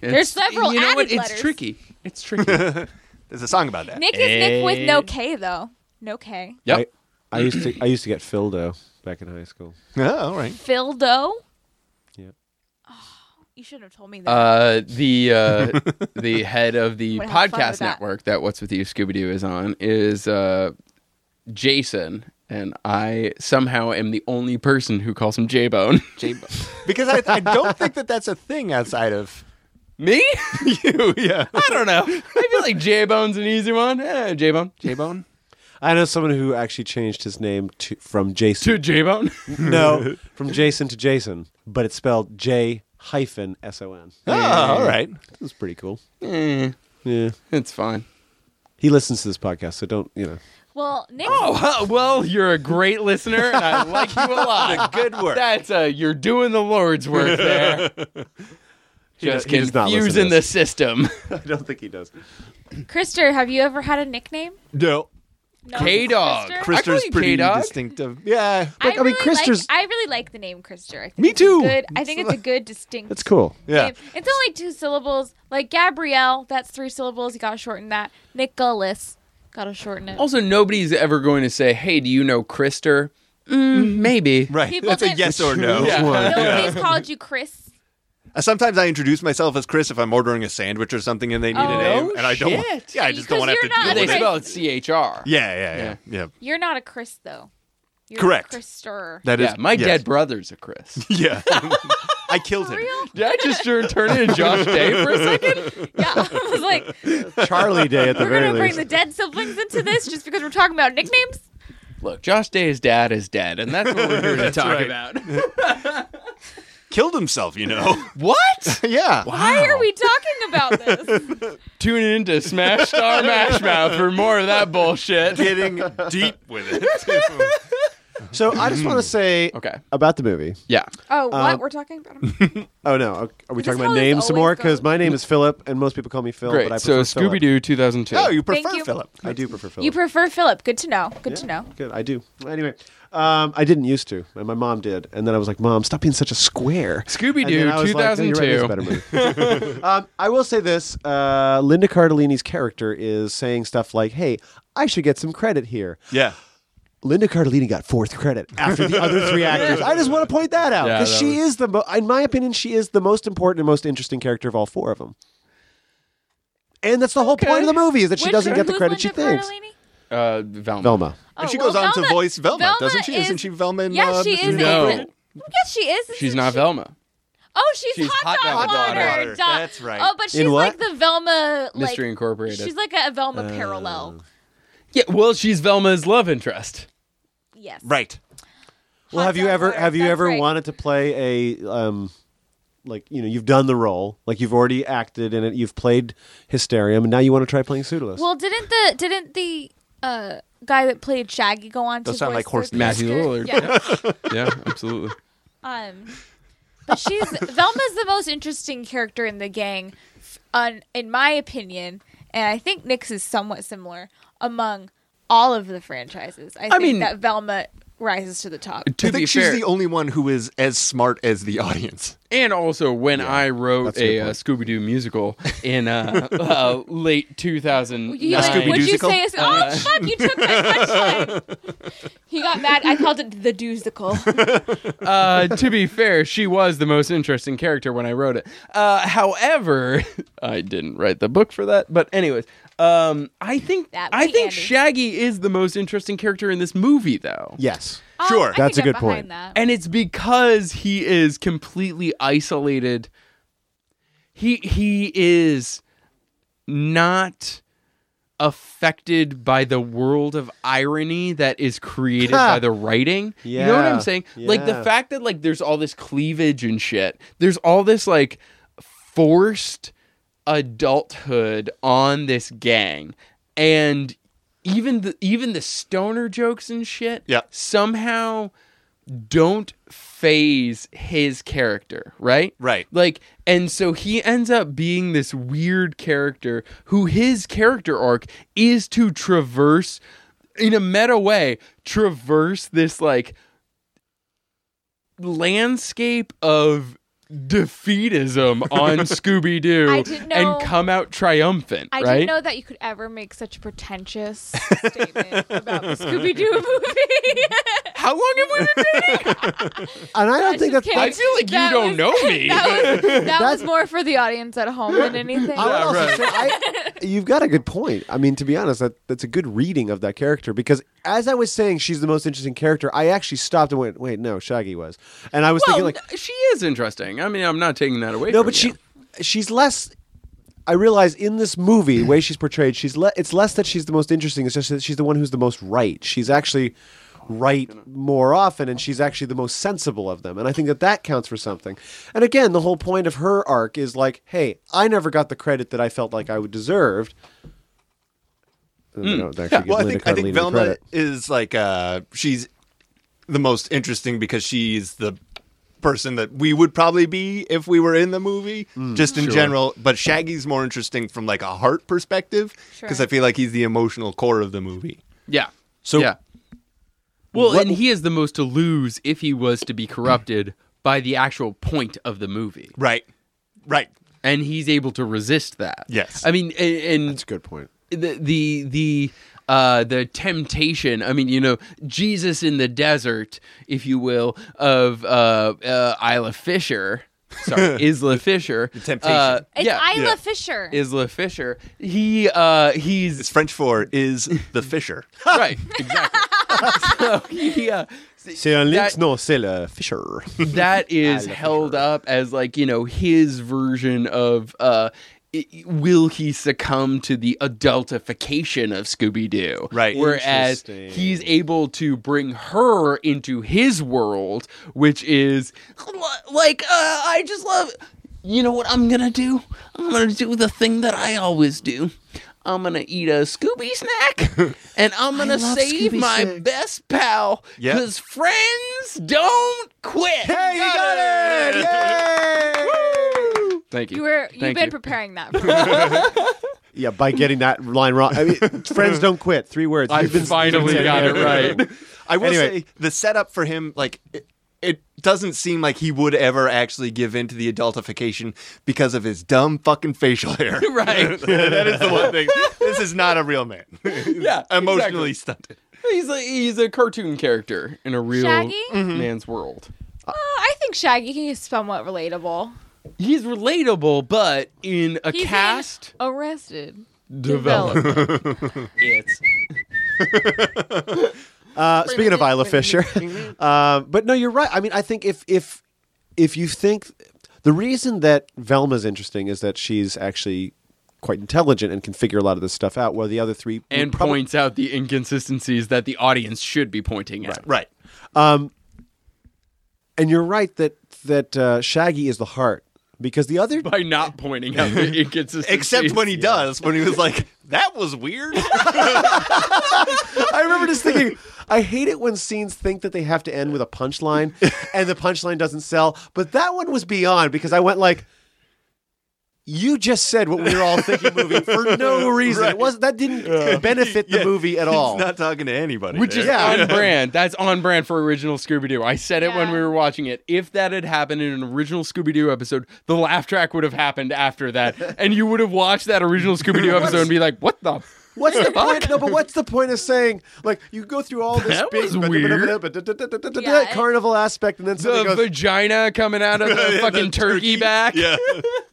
[SPEAKER 3] There's several
[SPEAKER 1] you know what?
[SPEAKER 3] added letters.
[SPEAKER 1] It's tricky. It's tricky.
[SPEAKER 4] There's a song about that.
[SPEAKER 3] Nick is Nick with no K though, no K.
[SPEAKER 1] yep.
[SPEAKER 2] I, I used to I used to get Phildo back in high school.
[SPEAKER 4] Oh, all right.
[SPEAKER 3] Phil Doe.
[SPEAKER 2] Yep.
[SPEAKER 3] Oh, You should have told me that.
[SPEAKER 1] Uh, the uh, the head of the
[SPEAKER 3] Wanna have fun with
[SPEAKER 1] podcast
[SPEAKER 3] that.
[SPEAKER 1] network that What's with You Scooby Doo is on is uh, Jason, and I somehow am the only person who calls him J Bone.
[SPEAKER 4] Because I, I don't think that that's a thing outside of
[SPEAKER 1] Me?
[SPEAKER 4] you. Yeah.
[SPEAKER 1] I don't know. I feel like J Bone's an easy one. Eh, J Bone.
[SPEAKER 4] J Bone.
[SPEAKER 2] I know someone who actually changed his name to from
[SPEAKER 1] To
[SPEAKER 2] Jason.
[SPEAKER 1] J Bone.
[SPEAKER 2] no, from Jason to Jason, but it's spelled J hyphen S O N.
[SPEAKER 4] Oh, all right.
[SPEAKER 2] It was pretty cool.
[SPEAKER 1] Eh,
[SPEAKER 2] Yeah,
[SPEAKER 1] it's fine.
[SPEAKER 2] he listens to this podcast, so don't you know.
[SPEAKER 3] well, Nick,
[SPEAKER 1] Oh huh, well, you're a great listener, and I like you a lot.
[SPEAKER 4] Good work.
[SPEAKER 1] That's uh, you're doing the Lord's work there. Just
[SPEAKER 2] does- he does not listen to
[SPEAKER 1] confusing the
[SPEAKER 2] this.
[SPEAKER 1] system.
[SPEAKER 2] I don't think he does.
[SPEAKER 3] Krister, have you ever had a nickname?
[SPEAKER 4] No.
[SPEAKER 3] No,
[SPEAKER 1] K Dog.
[SPEAKER 3] Krister?
[SPEAKER 1] I call
[SPEAKER 4] Krister's
[SPEAKER 1] you
[SPEAKER 4] pretty
[SPEAKER 1] K-Dog.
[SPEAKER 4] distinctive. Yeah.
[SPEAKER 3] I,
[SPEAKER 2] I mean,
[SPEAKER 3] really like,
[SPEAKER 2] Krister's-
[SPEAKER 3] I really like the name Krister. I think
[SPEAKER 4] Me
[SPEAKER 3] it's a
[SPEAKER 4] too.
[SPEAKER 3] Good, I think it's a good distinct.
[SPEAKER 2] That's cool.
[SPEAKER 4] Yeah.
[SPEAKER 3] name. It's only two syllables. Like Gabrielle, that's three syllables. You gotta shorten that. Nicholas, gotta shorten it.
[SPEAKER 1] Also, nobody's ever going to say, "Hey, do you know Krister?" Mm, maybe.
[SPEAKER 4] Right.
[SPEAKER 3] People
[SPEAKER 4] that's a
[SPEAKER 3] think-
[SPEAKER 4] yes or no.
[SPEAKER 2] Which one?
[SPEAKER 3] Nobody's called you Chris.
[SPEAKER 4] Uh, Sometimes I introduce myself as Chris if I'm ordering a sandwich or something and they need
[SPEAKER 3] Oh,
[SPEAKER 4] a name,
[SPEAKER 1] no
[SPEAKER 4] and I don't.
[SPEAKER 1] shit.
[SPEAKER 4] yeah, I just don't want to
[SPEAKER 3] Because
[SPEAKER 4] have
[SPEAKER 3] you're not
[SPEAKER 4] to deal
[SPEAKER 1] They
[SPEAKER 4] with
[SPEAKER 3] Chris.
[SPEAKER 4] it.
[SPEAKER 1] spell it C H R.
[SPEAKER 4] Yeah, yeah, yeah, yeah.
[SPEAKER 3] You're not a Chris though. You're
[SPEAKER 4] Correct.
[SPEAKER 3] A Krister.
[SPEAKER 4] That is
[SPEAKER 1] Yeah, my
[SPEAKER 4] yes.
[SPEAKER 1] dead brother's a Chris.
[SPEAKER 4] Yeah, I killed him.
[SPEAKER 1] Did I just turn, turn into Josh Day for a second?
[SPEAKER 3] yeah, I was like,
[SPEAKER 2] Charlie Day at the
[SPEAKER 3] we're gonna
[SPEAKER 2] very
[SPEAKER 3] bring
[SPEAKER 2] least.
[SPEAKER 3] the dead siblings into this just because we're talking about nicknames.
[SPEAKER 1] Look, Josh Day's dad is dead, and that's what we're here to talk
[SPEAKER 4] right.
[SPEAKER 1] about.
[SPEAKER 4] Killed himself, you know.
[SPEAKER 1] what?
[SPEAKER 4] yeah.
[SPEAKER 3] Why are we talking about this?
[SPEAKER 1] Tune in to Smash Star Mash Mouth for more of that bullshit.
[SPEAKER 4] Getting deep with it.
[SPEAKER 2] so I just want to say
[SPEAKER 1] Okay.
[SPEAKER 2] about the movie.
[SPEAKER 1] Yeah.
[SPEAKER 3] Oh, what
[SPEAKER 2] Um,
[SPEAKER 3] we're talking about? him?
[SPEAKER 2] Oh no, are- are we
[SPEAKER 3] This is
[SPEAKER 2] talking
[SPEAKER 3] how
[SPEAKER 2] about
[SPEAKER 3] this
[SPEAKER 2] names some
[SPEAKER 3] always
[SPEAKER 2] more? Because
[SPEAKER 3] goes.
[SPEAKER 2] my name is Philip, and most people call me Phil. But I
[SPEAKER 1] Great. So
[SPEAKER 2] prefer Philip.
[SPEAKER 1] Scooby Doo 2002.
[SPEAKER 4] oh, you prefer
[SPEAKER 3] you.
[SPEAKER 4] Philip?
[SPEAKER 2] I do prefer Philip.
[SPEAKER 3] You prefer Philip. Good to know. Good
[SPEAKER 2] Yeah,
[SPEAKER 3] to know.
[SPEAKER 2] Good, I do. Anyway, um, I didn't used to, and my mom did, and then I was like, "Mom, stop being such a square."
[SPEAKER 1] Scooby
[SPEAKER 2] And then
[SPEAKER 1] Doo
[SPEAKER 2] I was like, no, you're right,
[SPEAKER 1] 2002.
[SPEAKER 2] this is a better movie. um, I will say this: uh, Linda Cardellini's character is saying stuff like, "Hey, I should get some credit here."
[SPEAKER 4] Yeah.
[SPEAKER 2] Linda Cardellini got fourth credit after the other three actors. I just want to point that out
[SPEAKER 1] Yeah,
[SPEAKER 2] because
[SPEAKER 1] that
[SPEAKER 2] she
[SPEAKER 1] was-
[SPEAKER 2] is the, mo- in my opinion, she is the most important and most interesting character of all four of them. And that's the whole point of the movie is that she
[SPEAKER 3] Which-
[SPEAKER 2] doesn't get the
[SPEAKER 3] who's
[SPEAKER 2] credit she
[SPEAKER 3] Linda
[SPEAKER 2] thinks.
[SPEAKER 3] Cardellini?
[SPEAKER 1] Uh, Velma.
[SPEAKER 2] Velma.
[SPEAKER 4] And
[SPEAKER 3] Oh,
[SPEAKER 4] she
[SPEAKER 3] well,
[SPEAKER 4] goes on to voice Velma, doesn't she?
[SPEAKER 3] is-
[SPEAKER 4] Isn't she Velma? In,
[SPEAKER 3] yeah,
[SPEAKER 4] uh,
[SPEAKER 3] she is.
[SPEAKER 4] Mrs.
[SPEAKER 1] No.
[SPEAKER 3] in it. Yes, she is.
[SPEAKER 1] She's
[SPEAKER 3] Isn't
[SPEAKER 1] not
[SPEAKER 3] she?
[SPEAKER 1] Velma.
[SPEAKER 3] Oh, she's,
[SPEAKER 1] She's
[SPEAKER 3] hot, dog, water. Duh.
[SPEAKER 4] That's right.
[SPEAKER 3] Oh, but she's
[SPEAKER 2] what?
[SPEAKER 3] like the Velma. Like,
[SPEAKER 1] Mystery Incorporated.
[SPEAKER 3] She's like a Velma parallel.
[SPEAKER 1] Yeah, well, she's Velma's love interest.
[SPEAKER 3] Yes.
[SPEAKER 4] Right.
[SPEAKER 2] Well,
[SPEAKER 3] Hot
[SPEAKER 2] have you
[SPEAKER 3] dog
[SPEAKER 2] ever
[SPEAKER 3] water,
[SPEAKER 2] have you
[SPEAKER 3] that's
[SPEAKER 2] ever
[SPEAKER 3] right.
[SPEAKER 2] wanted to play a um, like you know you've done the role like you've already acted in it you've played Hysterium and now you want to try playing Pseudolus?
[SPEAKER 3] Well, didn't the didn't the uh, guy that played Shaggy go on
[SPEAKER 4] Those
[SPEAKER 3] to
[SPEAKER 4] sound
[SPEAKER 3] voice
[SPEAKER 4] like horse
[SPEAKER 3] the
[SPEAKER 1] Matthew
[SPEAKER 3] character?
[SPEAKER 1] Lillard.
[SPEAKER 3] Yeah.
[SPEAKER 1] Yeah, absolutely.
[SPEAKER 3] Um, but she's Velma's the most interesting character in the gang, f- on in my opinion, and I think Nick's is somewhat similar among all of the franchises. I, think
[SPEAKER 1] mean-
[SPEAKER 3] that Velma rises to the top.
[SPEAKER 1] To be
[SPEAKER 4] I think she's
[SPEAKER 1] fair,
[SPEAKER 4] the only one who is as smart as the audience.
[SPEAKER 1] and also when I wrote
[SPEAKER 2] that's a good
[SPEAKER 1] a, uh,
[SPEAKER 2] point.
[SPEAKER 1] Scooby Doo musical in uh, uh, late 2000.
[SPEAKER 5] You, like,
[SPEAKER 4] Scooby
[SPEAKER 5] would you
[SPEAKER 4] Doozicle?
[SPEAKER 5] say it's,
[SPEAKER 1] Uh,
[SPEAKER 5] oh fuck, you took my punchline.
[SPEAKER 3] He got mad. I called it the doozical.
[SPEAKER 1] uh, to be fair, she was the most interesting character when I wrote it. Uh, however, I didn't write the book for that. But anyways, um, I think
[SPEAKER 5] That would
[SPEAKER 1] I
[SPEAKER 5] be
[SPEAKER 1] think
[SPEAKER 5] Andy.
[SPEAKER 1] Shaggy is the most interesting character in this movie, though.
[SPEAKER 2] Yes.
[SPEAKER 5] Oh,
[SPEAKER 4] Sure.
[SPEAKER 5] I could
[SPEAKER 2] That's a
[SPEAKER 5] get
[SPEAKER 2] good
[SPEAKER 5] behind
[SPEAKER 2] point.
[SPEAKER 5] That.
[SPEAKER 1] and it's because he is completely isolated he he is not affected by the world of irony that is created by the writing you know what i'm
[SPEAKER 2] Yeah,
[SPEAKER 1] saying like the
[SPEAKER 2] yeah.
[SPEAKER 1] fact that like there's all this cleavage and shit there's all this like forced adulthood on this gang and even the even the stoner jokes and shit
[SPEAKER 4] Yeah.
[SPEAKER 1] somehow don't phase his character, right?
[SPEAKER 4] Right.
[SPEAKER 1] Like, and so he ends up being this weird character who his character arc is to traverse, in a meta way, traverse this like landscape of defeatism on Scooby
[SPEAKER 5] I
[SPEAKER 1] Doo
[SPEAKER 5] didn't know-
[SPEAKER 1] and come out triumphant,
[SPEAKER 5] I
[SPEAKER 1] right?
[SPEAKER 5] didn't know that you could ever make such a pretentious statement about the Scooby Doo movie.
[SPEAKER 1] How long have we been dating?
[SPEAKER 2] And I don't
[SPEAKER 5] I
[SPEAKER 2] think
[SPEAKER 5] just
[SPEAKER 2] that's.
[SPEAKER 5] can't-
[SPEAKER 1] I feel like
[SPEAKER 5] That
[SPEAKER 1] you don't
[SPEAKER 5] was-
[SPEAKER 1] know me.
[SPEAKER 5] that was, that was
[SPEAKER 2] That's-
[SPEAKER 5] more for the audience at home than anything.
[SPEAKER 2] I would
[SPEAKER 1] right.
[SPEAKER 2] also say, I, you've got a good point. I mean, to be honest, that that's a good reading of that character because as I was saying, she's the most interesting character. I actually stopped and went, "Wait, no, Shaggy was," and I was
[SPEAKER 1] Well,
[SPEAKER 2] thinking like,
[SPEAKER 1] n- she is interesting. I mean, I'm not taking that away.
[SPEAKER 2] no,
[SPEAKER 1] from
[SPEAKER 2] but
[SPEAKER 1] you.
[SPEAKER 2] she she's less. I realize in this movie, the way she's portrayed, she's le- it's less that she's the most interesting. It's just that she's the one who's the most right. She's actually right more often, and she's actually the most sensible of them. And I think that that counts for something. And again, the whole point of her arc is like, hey, I never got the credit that I felt like I would deserved. And they don't actually give
[SPEAKER 4] Well, I
[SPEAKER 2] Linda
[SPEAKER 4] think I think
[SPEAKER 2] Cardellini
[SPEAKER 4] Velma
[SPEAKER 2] credit.
[SPEAKER 4] is like uh, she's the most interesting because she's the person that we would probably be if we were in the movie,
[SPEAKER 2] Mm,
[SPEAKER 4] just in general. But Shaggy's more interesting from like a heart perspective because
[SPEAKER 3] Sure.
[SPEAKER 4] I feel like he's the emotional core of the movie.
[SPEAKER 1] yeah.
[SPEAKER 2] So-
[SPEAKER 1] yeah. Well,
[SPEAKER 2] What-
[SPEAKER 1] and he has the most to lose if he was to be corrupted by the actual point of the movie,
[SPEAKER 4] Right, right.
[SPEAKER 1] and he's able to resist that.
[SPEAKER 4] Yes.
[SPEAKER 1] I mean, and, and
[SPEAKER 2] That's a good point.
[SPEAKER 1] the the the uh, the temptation. I mean, you know, Jesus in the desert, if you will, of uh, uh, Isla Fisher. Sorry, Isla Fisher. The
[SPEAKER 4] temptation.
[SPEAKER 1] Uh,
[SPEAKER 5] it's
[SPEAKER 1] yeah,
[SPEAKER 5] Isla
[SPEAKER 4] yeah.
[SPEAKER 5] Fisher.
[SPEAKER 1] Isla Fisher. He uh, he's
[SPEAKER 4] It's French for is the Fisher.
[SPEAKER 1] right exactly so he, uh,
[SPEAKER 2] C'est un
[SPEAKER 1] lynx, That-
[SPEAKER 2] non, c'est le Fisher.
[SPEAKER 1] that is
[SPEAKER 2] I love
[SPEAKER 1] held up as like you know his version of uh i- will he succumb to the adultification of Scooby-Doo?
[SPEAKER 4] Right.
[SPEAKER 1] Whereas
[SPEAKER 2] Interesting.
[SPEAKER 1] he's able to bring her into his world, which is l- like, uh, I just love. You know what I'm gonna do? I'm gonna do the thing that I always do. I'm gonna eat a Scooby snack, and I'm gonna
[SPEAKER 2] love
[SPEAKER 1] save
[SPEAKER 2] Scooby
[SPEAKER 1] my
[SPEAKER 2] snacks.
[SPEAKER 1] best pal
[SPEAKER 4] Yep.
[SPEAKER 1] because friends don't quit.
[SPEAKER 2] hey, you got it! Yay!
[SPEAKER 1] Thank you.
[SPEAKER 5] You were you've
[SPEAKER 1] Thank
[SPEAKER 5] been
[SPEAKER 1] you.
[SPEAKER 5] preparing that. For
[SPEAKER 2] Yeah, by getting that line wrong. I mean, friends don't quit. Three words.
[SPEAKER 1] I
[SPEAKER 2] You've been-
[SPEAKER 1] finally
[SPEAKER 2] you've been
[SPEAKER 1] got it
[SPEAKER 2] saying
[SPEAKER 1] right.
[SPEAKER 4] I will
[SPEAKER 2] Anyway.
[SPEAKER 4] say the setup for him, like it, it doesn't seem like he would ever actually give in to the adultification because of his dumb fucking facial hair.
[SPEAKER 1] Right.
[SPEAKER 4] that is the one thing. This is not a real man.
[SPEAKER 1] Yeah.
[SPEAKER 4] Emotionally
[SPEAKER 1] exactly.
[SPEAKER 4] stunted.
[SPEAKER 1] He's a he's a cartoon character in a real
[SPEAKER 5] Shaggy?
[SPEAKER 2] Mm-hmm.
[SPEAKER 1] man's world.
[SPEAKER 5] uh, I think Shaggy is somewhat relatable.
[SPEAKER 1] He's relatable, but in a
[SPEAKER 5] He's in
[SPEAKER 1] cast
[SPEAKER 5] Arrested.
[SPEAKER 1] development.
[SPEAKER 5] Developed.
[SPEAKER 1] it's
[SPEAKER 2] Uh, speaking of Isla Fisher, uh, but no, you're right. I mean, I think if if if you think the reason that Velma's interesting is that she's actually quite intelligent and can figure a lot of this stuff out, while the other three would
[SPEAKER 1] and
[SPEAKER 2] probably-
[SPEAKER 1] points out the inconsistencies that the audience should be pointing at.
[SPEAKER 4] Right.
[SPEAKER 2] And you're right that that uh, Shaggy is the heart because the other
[SPEAKER 1] By not pointing out the inconsistencies.
[SPEAKER 4] Except when he does, when he was like, that was weird.
[SPEAKER 2] I remember just thinking, I hate it when scenes think that they have to end with a punchline and the punchline doesn't sell. But that one was beyond because I went like, You just said what we were all thinking movie for no reason. It was that didn't benefit the
[SPEAKER 4] Yeah,
[SPEAKER 2] movie at
[SPEAKER 4] he's
[SPEAKER 2] all.
[SPEAKER 4] not talking to anybody.
[SPEAKER 1] Which is
[SPEAKER 4] there.
[SPEAKER 1] on brand. That's on brand for original Scooby Doo. I said it when
[SPEAKER 5] Yeah.
[SPEAKER 1] we were watching it. If that had happened in an original Scooby Doo episode, the laugh track would have happened after that. And you would have watched that original Scooby Doo episode and be like, what the?
[SPEAKER 2] What's the point? No, but what's the point of saying like you go through all this
[SPEAKER 1] That
[SPEAKER 2] big
[SPEAKER 1] was weird.
[SPEAKER 5] Yeah, it-
[SPEAKER 2] carnival aspect and then
[SPEAKER 1] The
[SPEAKER 2] something goes
[SPEAKER 1] vagina coming out of the
[SPEAKER 4] Yeah,
[SPEAKER 1] fucking
[SPEAKER 4] the
[SPEAKER 1] turkey, back.
[SPEAKER 4] Yeah,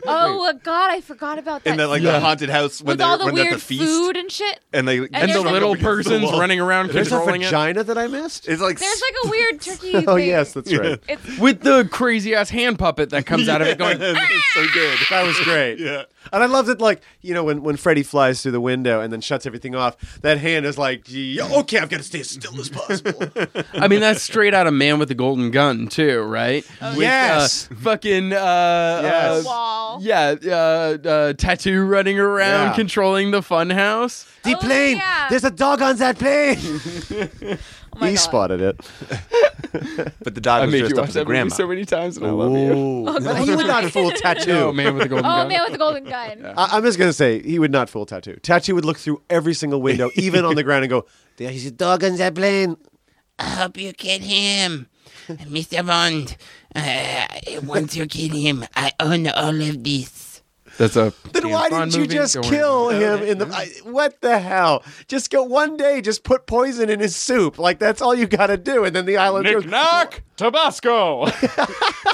[SPEAKER 5] Oh uh, God, I forgot about that.
[SPEAKER 4] and then like
[SPEAKER 1] Yeah.
[SPEAKER 4] the haunted house when
[SPEAKER 5] with
[SPEAKER 4] they're
[SPEAKER 5] all the
[SPEAKER 4] when they're at
[SPEAKER 5] weird
[SPEAKER 4] the feast,
[SPEAKER 5] food and shit.
[SPEAKER 4] and they
[SPEAKER 1] And
[SPEAKER 5] There's
[SPEAKER 1] the
[SPEAKER 5] like a-
[SPEAKER 1] little
[SPEAKER 4] Up against the
[SPEAKER 1] person's
[SPEAKER 4] wall.
[SPEAKER 1] running around
[SPEAKER 2] There's a
[SPEAKER 1] controlling it.
[SPEAKER 2] vagina that I missed.
[SPEAKER 4] It's like
[SPEAKER 5] There's like a weird turkey.
[SPEAKER 2] Oh
[SPEAKER 5] thing.
[SPEAKER 2] yes, that's right.
[SPEAKER 5] It's
[SPEAKER 1] With the crazy ass hand puppet that comes out of it going,
[SPEAKER 4] it's so good.
[SPEAKER 2] That was great.
[SPEAKER 4] Yeah.
[SPEAKER 2] And I loved it, like, you know, when, when Freddy flies through the window and then shuts everything off, that hand is like, "Gee, okay, I've got to stay as still
[SPEAKER 5] Oh,
[SPEAKER 2] as possible.
[SPEAKER 1] I mean, that's straight out of Man with the Golden Gun, too, right? With, uh,
[SPEAKER 2] Oh, Yes.
[SPEAKER 1] fucking, uh, uh,
[SPEAKER 2] Yes.
[SPEAKER 5] wall.
[SPEAKER 1] Yeah, uh, uh, tattoo running around,
[SPEAKER 2] Yeah.
[SPEAKER 1] controlling the funhouse.
[SPEAKER 2] the
[SPEAKER 5] Oh,
[SPEAKER 2] plane!
[SPEAKER 5] yeah.
[SPEAKER 2] There's a dog on that plane!
[SPEAKER 5] Oh my
[SPEAKER 2] he
[SPEAKER 5] God.
[SPEAKER 2] spotted it.
[SPEAKER 4] But the dog
[SPEAKER 1] I
[SPEAKER 4] was
[SPEAKER 1] made
[SPEAKER 4] dressed
[SPEAKER 1] you
[SPEAKER 4] up
[SPEAKER 1] watch
[SPEAKER 4] as a
[SPEAKER 1] that movie
[SPEAKER 4] grandma.
[SPEAKER 1] so many times, and I love you.
[SPEAKER 2] Well, he would not fool Tattoo.
[SPEAKER 1] Oh man, with the golden
[SPEAKER 5] Oh
[SPEAKER 1] gun.
[SPEAKER 5] man, with the golden gun.
[SPEAKER 2] I- I'm just going to say, he would not fool Tattoo. Tattoo would look through every single window, even on the ground, and go, there's a dog on that plane.
[SPEAKER 6] I hope you get him. Mr. Bond, uh, once you get him, I own all of this.
[SPEAKER 1] That's a.
[SPEAKER 2] Then why didn't you just kill him in the? I, what the hell? Just go one day. Just put poison in his soup. Like that's all you got to do. And then the island goes.
[SPEAKER 1] knock Tabasco?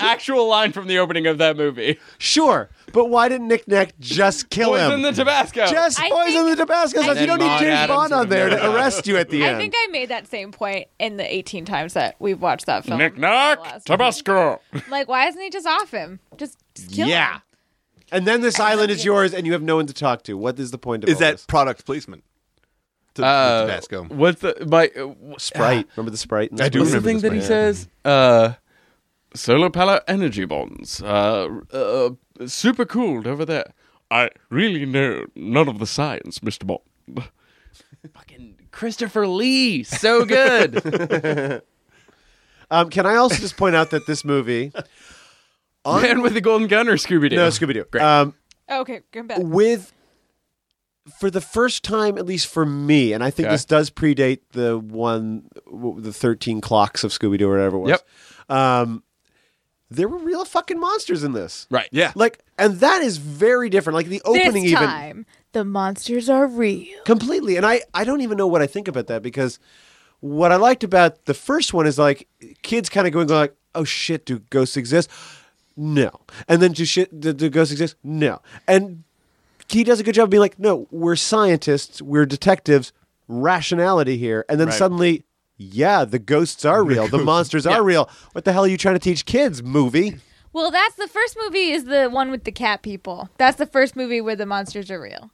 [SPEAKER 1] Actual line from the opening of that movie.
[SPEAKER 2] Sure, but why didn't Nick Nack just kill
[SPEAKER 1] Poison
[SPEAKER 2] him?
[SPEAKER 1] the Tabasco.
[SPEAKER 2] just
[SPEAKER 5] I
[SPEAKER 2] poison
[SPEAKER 5] think-
[SPEAKER 2] the Tabasco sauce. You
[SPEAKER 1] think-
[SPEAKER 2] don't need
[SPEAKER 1] Then Maude
[SPEAKER 2] James
[SPEAKER 1] Adams
[SPEAKER 2] Bond on
[SPEAKER 1] would've
[SPEAKER 2] there
[SPEAKER 1] known
[SPEAKER 2] to arrest you at the end.
[SPEAKER 5] I think I made that same point in the 18 times that we've watched that film.
[SPEAKER 1] Nick
[SPEAKER 5] Last
[SPEAKER 1] knock
[SPEAKER 5] one.
[SPEAKER 1] Tabasco.
[SPEAKER 5] Like, why isn't he just off him? Just, just kill
[SPEAKER 2] yeah.
[SPEAKER 5] him.
[SPEAKER 2] And then this island is yours, and you have no one to talk to. What is the point of
[SPEAKER 4] Is
[SPEAKER 2] all
[SPEAKER 4] that
[SPEAKER 2] this?
[SPEAKER 4] product placement? To, with
[SPEAKER 1] Uh,
[SPEAKER 4] Tabasco.
[SPEAKER 1] What's the my uh,
[SPEAKER 2] Sprite? Remember the Sprite? in
[SPEAKER 4] Ah. I do
[SPEAKER 2] movie?
[SPEAKER 1] What's the
[SPEAKER 4] remember
[SPEAKER 1] thing
[SPEAKER 4] this
[SPEAKER 1] that he
[SPEAKER 4] one, yeah.
[SPEAKER 1] says? Uh, solar power energy bonds. Uh, uh, super cooled over there. I really know none of the science, Mr. Bond. Fucking Christopher Lee. So good.
[SPEAKER 2] Um, can I also just point out that this movie,
[SPEAKER 1] Man with the Golden Gun or Scooby Doo?
[SPEAKER 2] no Scooby Doo, um,
[SPEAKER 5] Okay, come back.
[SPEAKER 2] with for the first time at least for me and i think
[SPEAKER 1] Okay.
[SPEAKER 2] this does predate the one w- the 13 clocks of scooby-doo or whatever it was um, there were real fucking monsters in this
[SPEAKER 1] Right.
[SPEAKER 4] Yeah.
[SPEAKER 2] like and that is very different like the opening
[SPEAKER 5] This
[SPEAKER 2] even
[SPEAKER 5] time, the monsters are real.
[SPEAKER 2] completely and i i don't even know what i think about that because what i liked about the first one is like kids kind of going like oh shit do ghosts exist no and then do shit do, do ghosts exist no and he does a good job of being like no we're scientists we're detectives rationality here and then
[SPEAKER 4] Right.
[SPEAKER 2] suddenly yeah the ghosts are real the monsters are real what the hell are you trying to teach kids movie
[SPEAKER 5] Well, that's the first movie is the one with the cat people. That's the first movie where the monsters are real.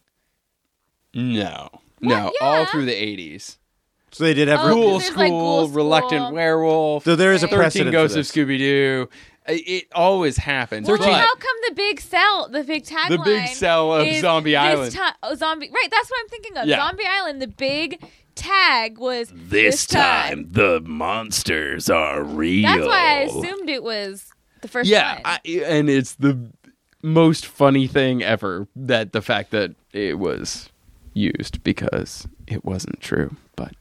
[SPEAKER 1] No. No.
[SPEAKER 5] Yeah.
[SPEAKER 1] All through the 80s.
[SPEAKER 2] so they did have
[SPEAKER 5] Oh,
[SPEAKER 1] Ghoul
[SPEAKER 5] there's,
[SPEAKER 1] school,
[SPEAKER 5] like, Ghoul
[SPEAKER 1] reluctant
[SPEAKER 5] School.
[SPEAKER 1] werewolf.
[SPEAKER 2] so there is a
[SPEAKER 1] 13
[SPEAKER 2] precedent
[SPEAKER 1] Ghosts
[SPEAKER 2] for
[SPEAKER 1] of
[SPEAKER 2] this.
[SPEAKER 1] Scooby Doo. It always happens.
[SPEAKER 5] Well,
[SPEAKER 1] but-
[SPEAKER 5] then how come the big cell, the big tagline,
[SPEAKER 1] The big cell of
[SPEAKER 5] is
[SPEAKER 1] Zombie
[SPEAKER 5] this
[SPEAKER 1] Island.
[SPEAKER 5] ti- oh, zombie, right? That's what I'm thinking of.
[SPEAKER 1] Yeah.
[SPEAKER 5] Zombie Island. The big tag was this,
[SPEAKER 6] the monsters are real.
[SPEAKER 5] That's why I assumed it was the first
[SPEAKER 1] yeah
[SPEAKER 5] one.
[SPEAKER 1] I, and it's the most funny thing ever that the fact that it was used because it wasn't true but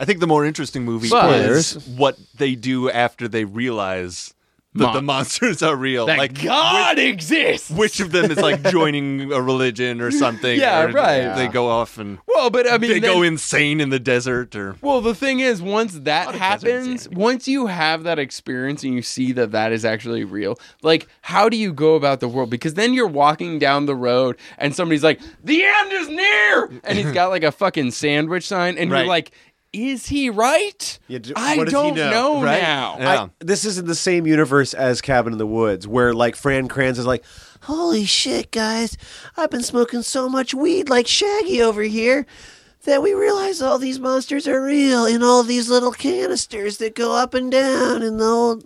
[SPEAKER 4] I think the more interesting movie
[SPEAKER 1] Spoilers.
[SPEAKER 4] is what they do after they realize that
[SPEAKER 1] Mon-
[SPEAKER 4] the monsters are real.
[SPEAKER 1] that
[SPEAKER 4] like
[SPEAKER 1] god exists
[SPEAKER 4] which of them is like joining a religion or something?
[SPEAKER 1] Yeah,
[SPEAKER 4] or
[SPEAKER 1] right.
[SPEAKER 4] They go off and
[SPEAKER 1] well but i mean
[SPEAKER 4] they
[SPEAKER 1] then-
[SPEAKER 4] go insane in the desert or
[SPEAKER 1] well the thing is once that
[SPEAKER 4] of deserts,
[SPEAKER 1] happens
[SPEAKER 4] yeah.
[SPEAKER 1] once you have that experience and you see that that is actually real like how do you go about the world because then you're walking down the road and somebody's like the end is near and he's got like a fucking sandwich sign and
[SPEAKER 4] Right.
[SPEAKER 1] you're like is he right
[SPEAKER 2] Yeah, d-
[SPEAKER 1] i
[SPEAKER 2] what does he
[SPEAKER 1] don't
[SPEAKER 2] know,
[SPEAKER 1] know
[SPEAKER 4] right?
[SPEAKER 1] now
[SPEAKER 4] Yeah.
[SPEAKER 2] I- this is in the same universe as Cabin in the Woods, where like Fran Kranz is like, "Holy shit, guys! I've been smoking so much weed, like Shaggy over here, that we realize all these monsters are real in all these little canisters that go up and down in the old."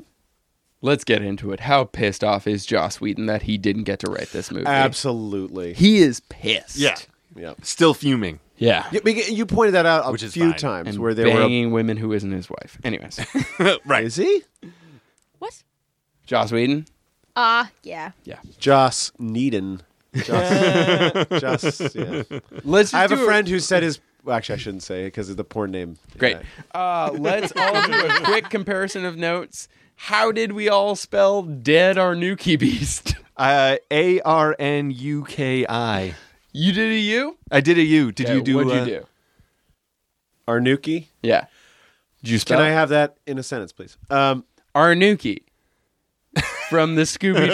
[SPEAKER 1] Let's get into it. How pissed off is Joss Whedon that he didn't get to write this movie?
[SPEAKER 2] Absolutely.
[SPEAKER 1] He is pissed.
[SPEAKER 4] yeah,
[SPEAKER 2] Yep.
[SPEAKER 4] still fuming.
[SPEAKER 1] Yeah.
[SPEAKER 2] You, you pointed that out a
[SPEAKER 4] Which is
[SPEAKER 2] few
[SPEAKER 4] fine.
[SPEAKER 2] times
[SPEAKER 1] And
[SPEAKER 2] where they
[SPEAKER 1] banging women who isn't his wife. Anyways,
[SPEAKER 2] were.
[SPEAKER 4] right.
[SPEAKER 2] Is he?
[SPEAKER 5] what?
[SPEAKER 1] Joss Whedon,
[SPEAKER 3] Ah, yeah.
[SPEAKER 1] Yeah.
[SPEAKER 2] Joss Needon. Joss. Joss yeah.
[SPEAKER 1] Let's. Just
[SPEAKER 2] I have a
[SPEAKER 1] do
[SPEAKER 2] friend who said his. Well, actually, I shouldn't say it because of the porn name.
[SPEAKER 1] Great.
[SPEAKER 2] Yeah.
[SPEAKER 1] Uh, let's all do a quick comparison of notes. How did we all spell dead our Nuki beast?
[SPEAKER 4] Uh, A R N U K I.
[SPEAKER 1] You did a U?
[SPEAKER 4] I did a U. Did
[SPEAKER 1] Yeah,
[SPEAKER 4] you do?
[SPEAKER 1] What'd you
[SPEAKER 4] uh,
[SPEAKER 1] do?
[SPEAKER 2] Arnuki.
[SPEAKER 1] Yeah. Did you
[SPEAKER 2] Can
[SPEAKER 1] spell
[SPEAKER 2] I have that in a sentence, please? Um,
[SPEAKER 1] Arnuki from the Scooby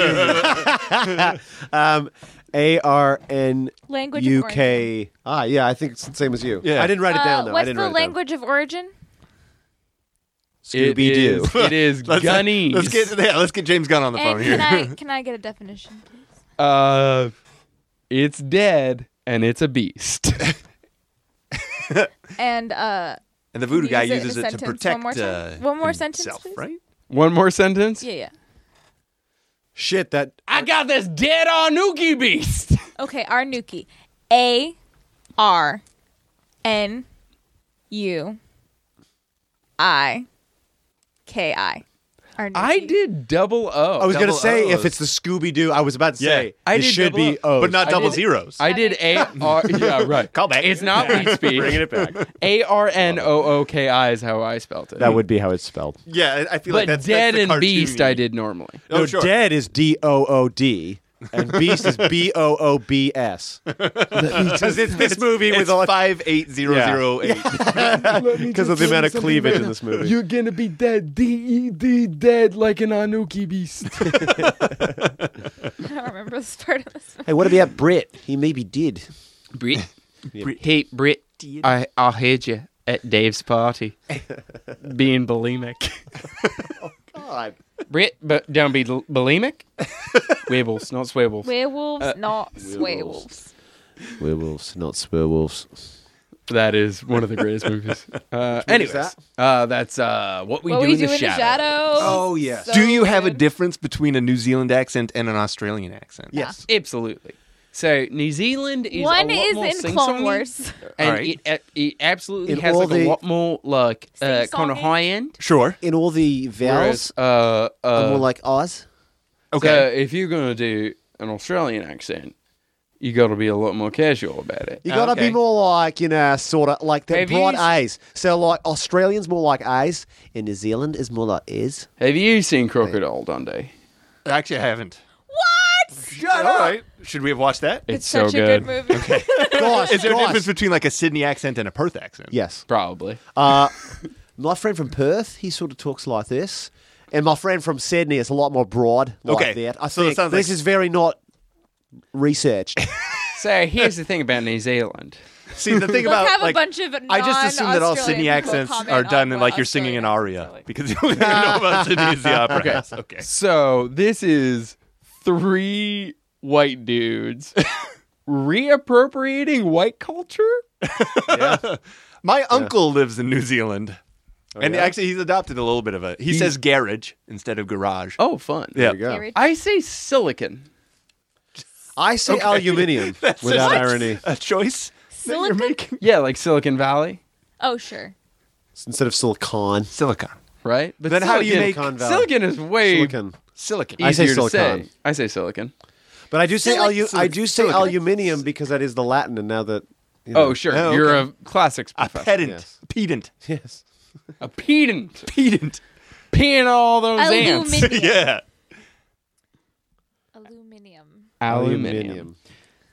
[SPEAKER 1] Doo?
[SPEAKER 2] um, A R N
[SPEAKER 3] Language
[SPEAKER 2] U
[SPEAKER 3] of origin.
[SPEAKER 2] K. Ah, yeah, I think it's the same as you.
[SPEAKER 4] Yeah.
[SPEAKER 2] I didn't write it down
[SPEAKER 3] Uh,
[SPEAKER 2] though. I
[SPEAKER 3] what's
[SPEAKER 2] didn't
[SPEAKER 3] the
[SPEAKER 2] write it down.
[SPEAKER 3] language of origin?
[SPEAKER 1] It
[SPEAKER 2] Scooby Doo.
[SPEAKER 1] is- It is
[SPEAKER 4] Let's-
[SPEAKER 1] Gunny.
[SPEAKER 4] Let's get yeah, let's get James Gunn on the phone
[SPEAKER 3] And
[SPEAKER 4] here.
[SPEAKER 3] can I can I get a definition? please?
[SPEAKER 1] Uh, it's dead and it's a beast.
[SPEAKER 3] And uh,
[SPEAKER 4] and the voodoo
[SPEAKER 3] use
[SPEAKER 4] guy
[SPEAKER 3] it in
[SPEAKER 4] uses
[SPEAKER 3] a
[SPEAKER 4] it to
[SPEAKER 3] sentence
[SPEAKER 4] protect
[SPEAKER 3] one more time?
[SPEAKER 4] uh,
[SPEAKER 3] One more sentence,
[SPEAKER 4] himself,
[SPEAKER 3] please?
[SPEAKER 4] right?
[SPEAKER 1] One more sentence.
[SPEAKER 3] yeah, yeah.
[SPEAKER 2] Shit, that
[SPEAKER 1] I got this dead Arnuki beast.
[SPEAKER 3] Okay, Arnuki. A R N U I K I. Arnuki.
[SPEAKER 1] I did double O.
[SPEAKER 2] I was gonna
[SPEAKER 4] Double
[SPEAKER 2] say if
[SPEAKER 4] O's.
[SPEAKER 2] it's the Scooby Doo. I was about to say
[SPEAKER 4] Yeah.
[SPEAKER 1] I
[SPEAKER 2] it
[SPEAKER 1] did
[SPEAKER 2] should
[SPEAKER 1] double
[SPEAKER 2] be
[SPEAKER 1] O.
[SPEAKER 2] O's.
[SPEAKER 4] But not
[SPEAKER 1] Oh, I
[SPEAKER 4] double
[SPEAKER 1] did-
[SPEAKER 4] zeros.
[SPEAKER 1] I did A R. Yeah, right.
[SPEAKER 4] Call back.
[SPEAKER 1] It's not weed speed. Bringing it back. A R N O O K I is how I spelled it.
[SPEAKER 2] that would be how it's spelled.
[SPEAKER 4] yeah, I I feel
[SPEAKER 1] But
[SPEAKER 4] like that's
[SPEAKER 1] dead
[SPEAKER 4] that's the
[SPEAKER 1] and beast, I
[SPEAKER 4] cartoony-
[SPEAKER 1] did normally.
[SPEAKER 4] Oh,
[SPEAKER 2] no,
[SPEAKER 4] sure.
[SPEAKER 2] dead is D O O D, and beast is B O O B S. Because it's this movie
[SPEAKER 4] It's
[SPEAKER 2] with all
[SPEAKER 4] five eight zero zero eight.
[SPEAKER 2] because of the amount of cleavage in this movie.
[SPEAKER 1] gonna be dead, D E D, dead like an Anuki beast.
[SPEAKER 3] I don't remember this part of this.
[SPEAKER 2] hey, what about Brit? He maybe did.
[SPEAKER 6] Brit. Hey, Brit. I, I heard you at Dave's party being bulimic.
[SPEAKER 2] God.
[SPEAKER 1] Brit, but don't be l- bulimic. Weebles, not swabbles.
[SPEAKER 3] Werewolves,
[SPEAKER 4] Uh,
[SPEAKER 3] not werewolves.
[SPEAKER 2] Werewolves, not swearwolves.
[SPEAKER 1] That is one of the greatest movies. Uh, anyways,
[SPEAKER 2] that?
[SPEAKER 1] Uh, that's uh, what we
[SPEAKER 3] What
[SPEAKER 1] do,
[SPEAKER 3] we
[SPEAKER 1] in,
[SPEAKER 3] do
[SPEAKER 1] the
[SPEAKER 3] in the
[SPEAKER 1] shadow.
[SPEAKER 3] shadows.
[SPEAKER 2] Oh, yes.
[SPEAKER 3] So
[SPEAKER 4] Do you have a
[SPEAKER 3] good.
[SPEAKER 4] difference between a New Zealand accent and an Australian accent?
[SPEAKER 2] Yes.
[SPEAKER 1] Absolutely. So New Zealand is
[SPEAKER 3] One
[SPEAKER 1] a lot
[SPEAKER 3] is
[SPEAKER 1] more
[SPEAKER 3] in
[SPEAKER 1] sing-songy,
[SPEAKER 3] Clone Wars.
[SPEAKER 1] and
[SPEAKER 4] Alright.
[SPEAKER 1] it, uh, it absolutely
[SPEAKER 2] In
[SPEAKER 1] has
[SPEAKER 2] all
[SPEAKER 1] like
[SPEAKER 2] the-
[SPEAKER 1] a lot more like uh, kind of
[SPEAKER 3] Sing-songy.
[SPEAKER 1] high end.
[SPEAKER 4] Sure.
[SPEAKER 2] In all the vowels,
[SPEAKER 1] Whereas, uh, uh,
[SPEAKER 2] like Oz.
[SPEAKER 1] So
[SPEAKER 4] Okay.
[SPEAKER 1] if you're gonna do an Australian accent, you got to be a lot more casual about it.
[SPEAKER 2] You gotta
[SPEAKER 4] Okay.
[SPEAKER 2] be more like, you know, sort of like the
[SPEAKER 1] Have you
[SPEAKER 2] broad
[SPEAKER 1] s-
[SPEAKER 2] A's. So, like, Australians more like A's, and New Zealand is more like Is.
[SPEAKER 1] Have you seen Crocodile Dundee?
[SPEAKER 4] Actually, I haven't.
[SPEAKER 3] What?
[SPEAKER 4] All right. Should we have watched that?
[SPEAKER 1] It's, so
[SPEAKER 3] such a good movie.
[SPEAKER 2] Gosh,
[SPEAKER 4] Is there a
[SPEAKER 2] gosh.
[SPEAKER 4] difference between like a Sydney accent and a Perth accent?
[SPEAKER 2] Yes.
[SPEAKER 1] Probably.
[SPEAKER 2] Uh, my friend from Perth, he sort of talks like this. And my friend from Sydney is a lot more broad like
[SPEAKER 4] Okay.
[SPEAKER 2] that. I
[SPEAKER 4] So it
[SPEAKER 2] think
[SPEAKER 4] sounds like-
[SPEAKER 2] this is very not researched.
[SPEAKER 1] so here's the thing about New Zealand.
[SPEAKER 4] See, the thing
[SPEAKER 3] Let's
[SPEAKER 4] about
[SPEAKER 3] have a
[SPEAKER 4] like,
[SPEAKER 3] bunch of.
[SPEAKER 4] I just assume that all Sydney accents are done in like you're singing an aria because the only thing I know about Sydney is the opera.
[SPEAKER 1] Okay.
[SPEAKER 4] house. Okay.
[SPEAKER 1] So this is three white dudes reappropriating white culture.
[SPEAKER 4] My uncle lives in New Zealand, and
[SPEAKER 2] yeah?
[SPEAKER 4] actually he's adopted a little bit of it. He, says garage instead of garage.
[SPEAKER 1] Oh, fun.
[SPEAKER 4] yeah.
[SPEAKER 2] go.
[SPEAKER 1] I say silicon.
[SPEAKER 2] I say aluminium without
[SPEAKER 4] What?
[SPEAKER 2] irony
[SPEAKER 4] A choice that you're
[SPEAKER 3] Silicon?
[SPEAKER 4] making.
[SPEAKER 1] Yeah, like Silicon Valley,
[SPEAKER 3] Oh sure.
[SPEAKER 2] instead of silicon.
[SPEAKER 4] Silicon.
[SPEAKER 1] right? But
[SPEAKER 4] Then how do you
[SPEAKER 1] silicon-
[SPEAKER 2] Silicon
[SPEAKER 4] make-
[SPEAKER 2] Valley.
[SPEAKER 1] silicon is way
[SPEAKER 2] Silicon.
[SPEAKER 4] Silicon.
[SPEAKER 2] I say
[SPEAKER 1] easier to
[SPEAKER 2] silicon.
[SPEAKER 1] say. I say silicon.
[SPEAKER 2] But I do say
[SPEAKER 3] Silic-
[SPEAKER 2] alu- I do say aluminium because that is the Latin, and now that you know,
[SPEAKER 1] Oh, sure.
[SPEAKER 4] Oh,
[SPEAKER 1] You're a classics
[SPEAKER 4] a
[SPEAKER 1] professor.
[SPEAKER 4] pedant.
[SPEAKER 2] Yes.
[SPEAKER 4] Pedant.
[SPEAKER 2] yes,
[SPEAKER 1] a pedant.
[SPEAKER 4] Pedant.
[SPEAKER 1] Peeing all those ants.
[SPEAKER 3] Aluminium.
[SPEAKER 4] Yeah.
[SPEAKER 3] Aluminium.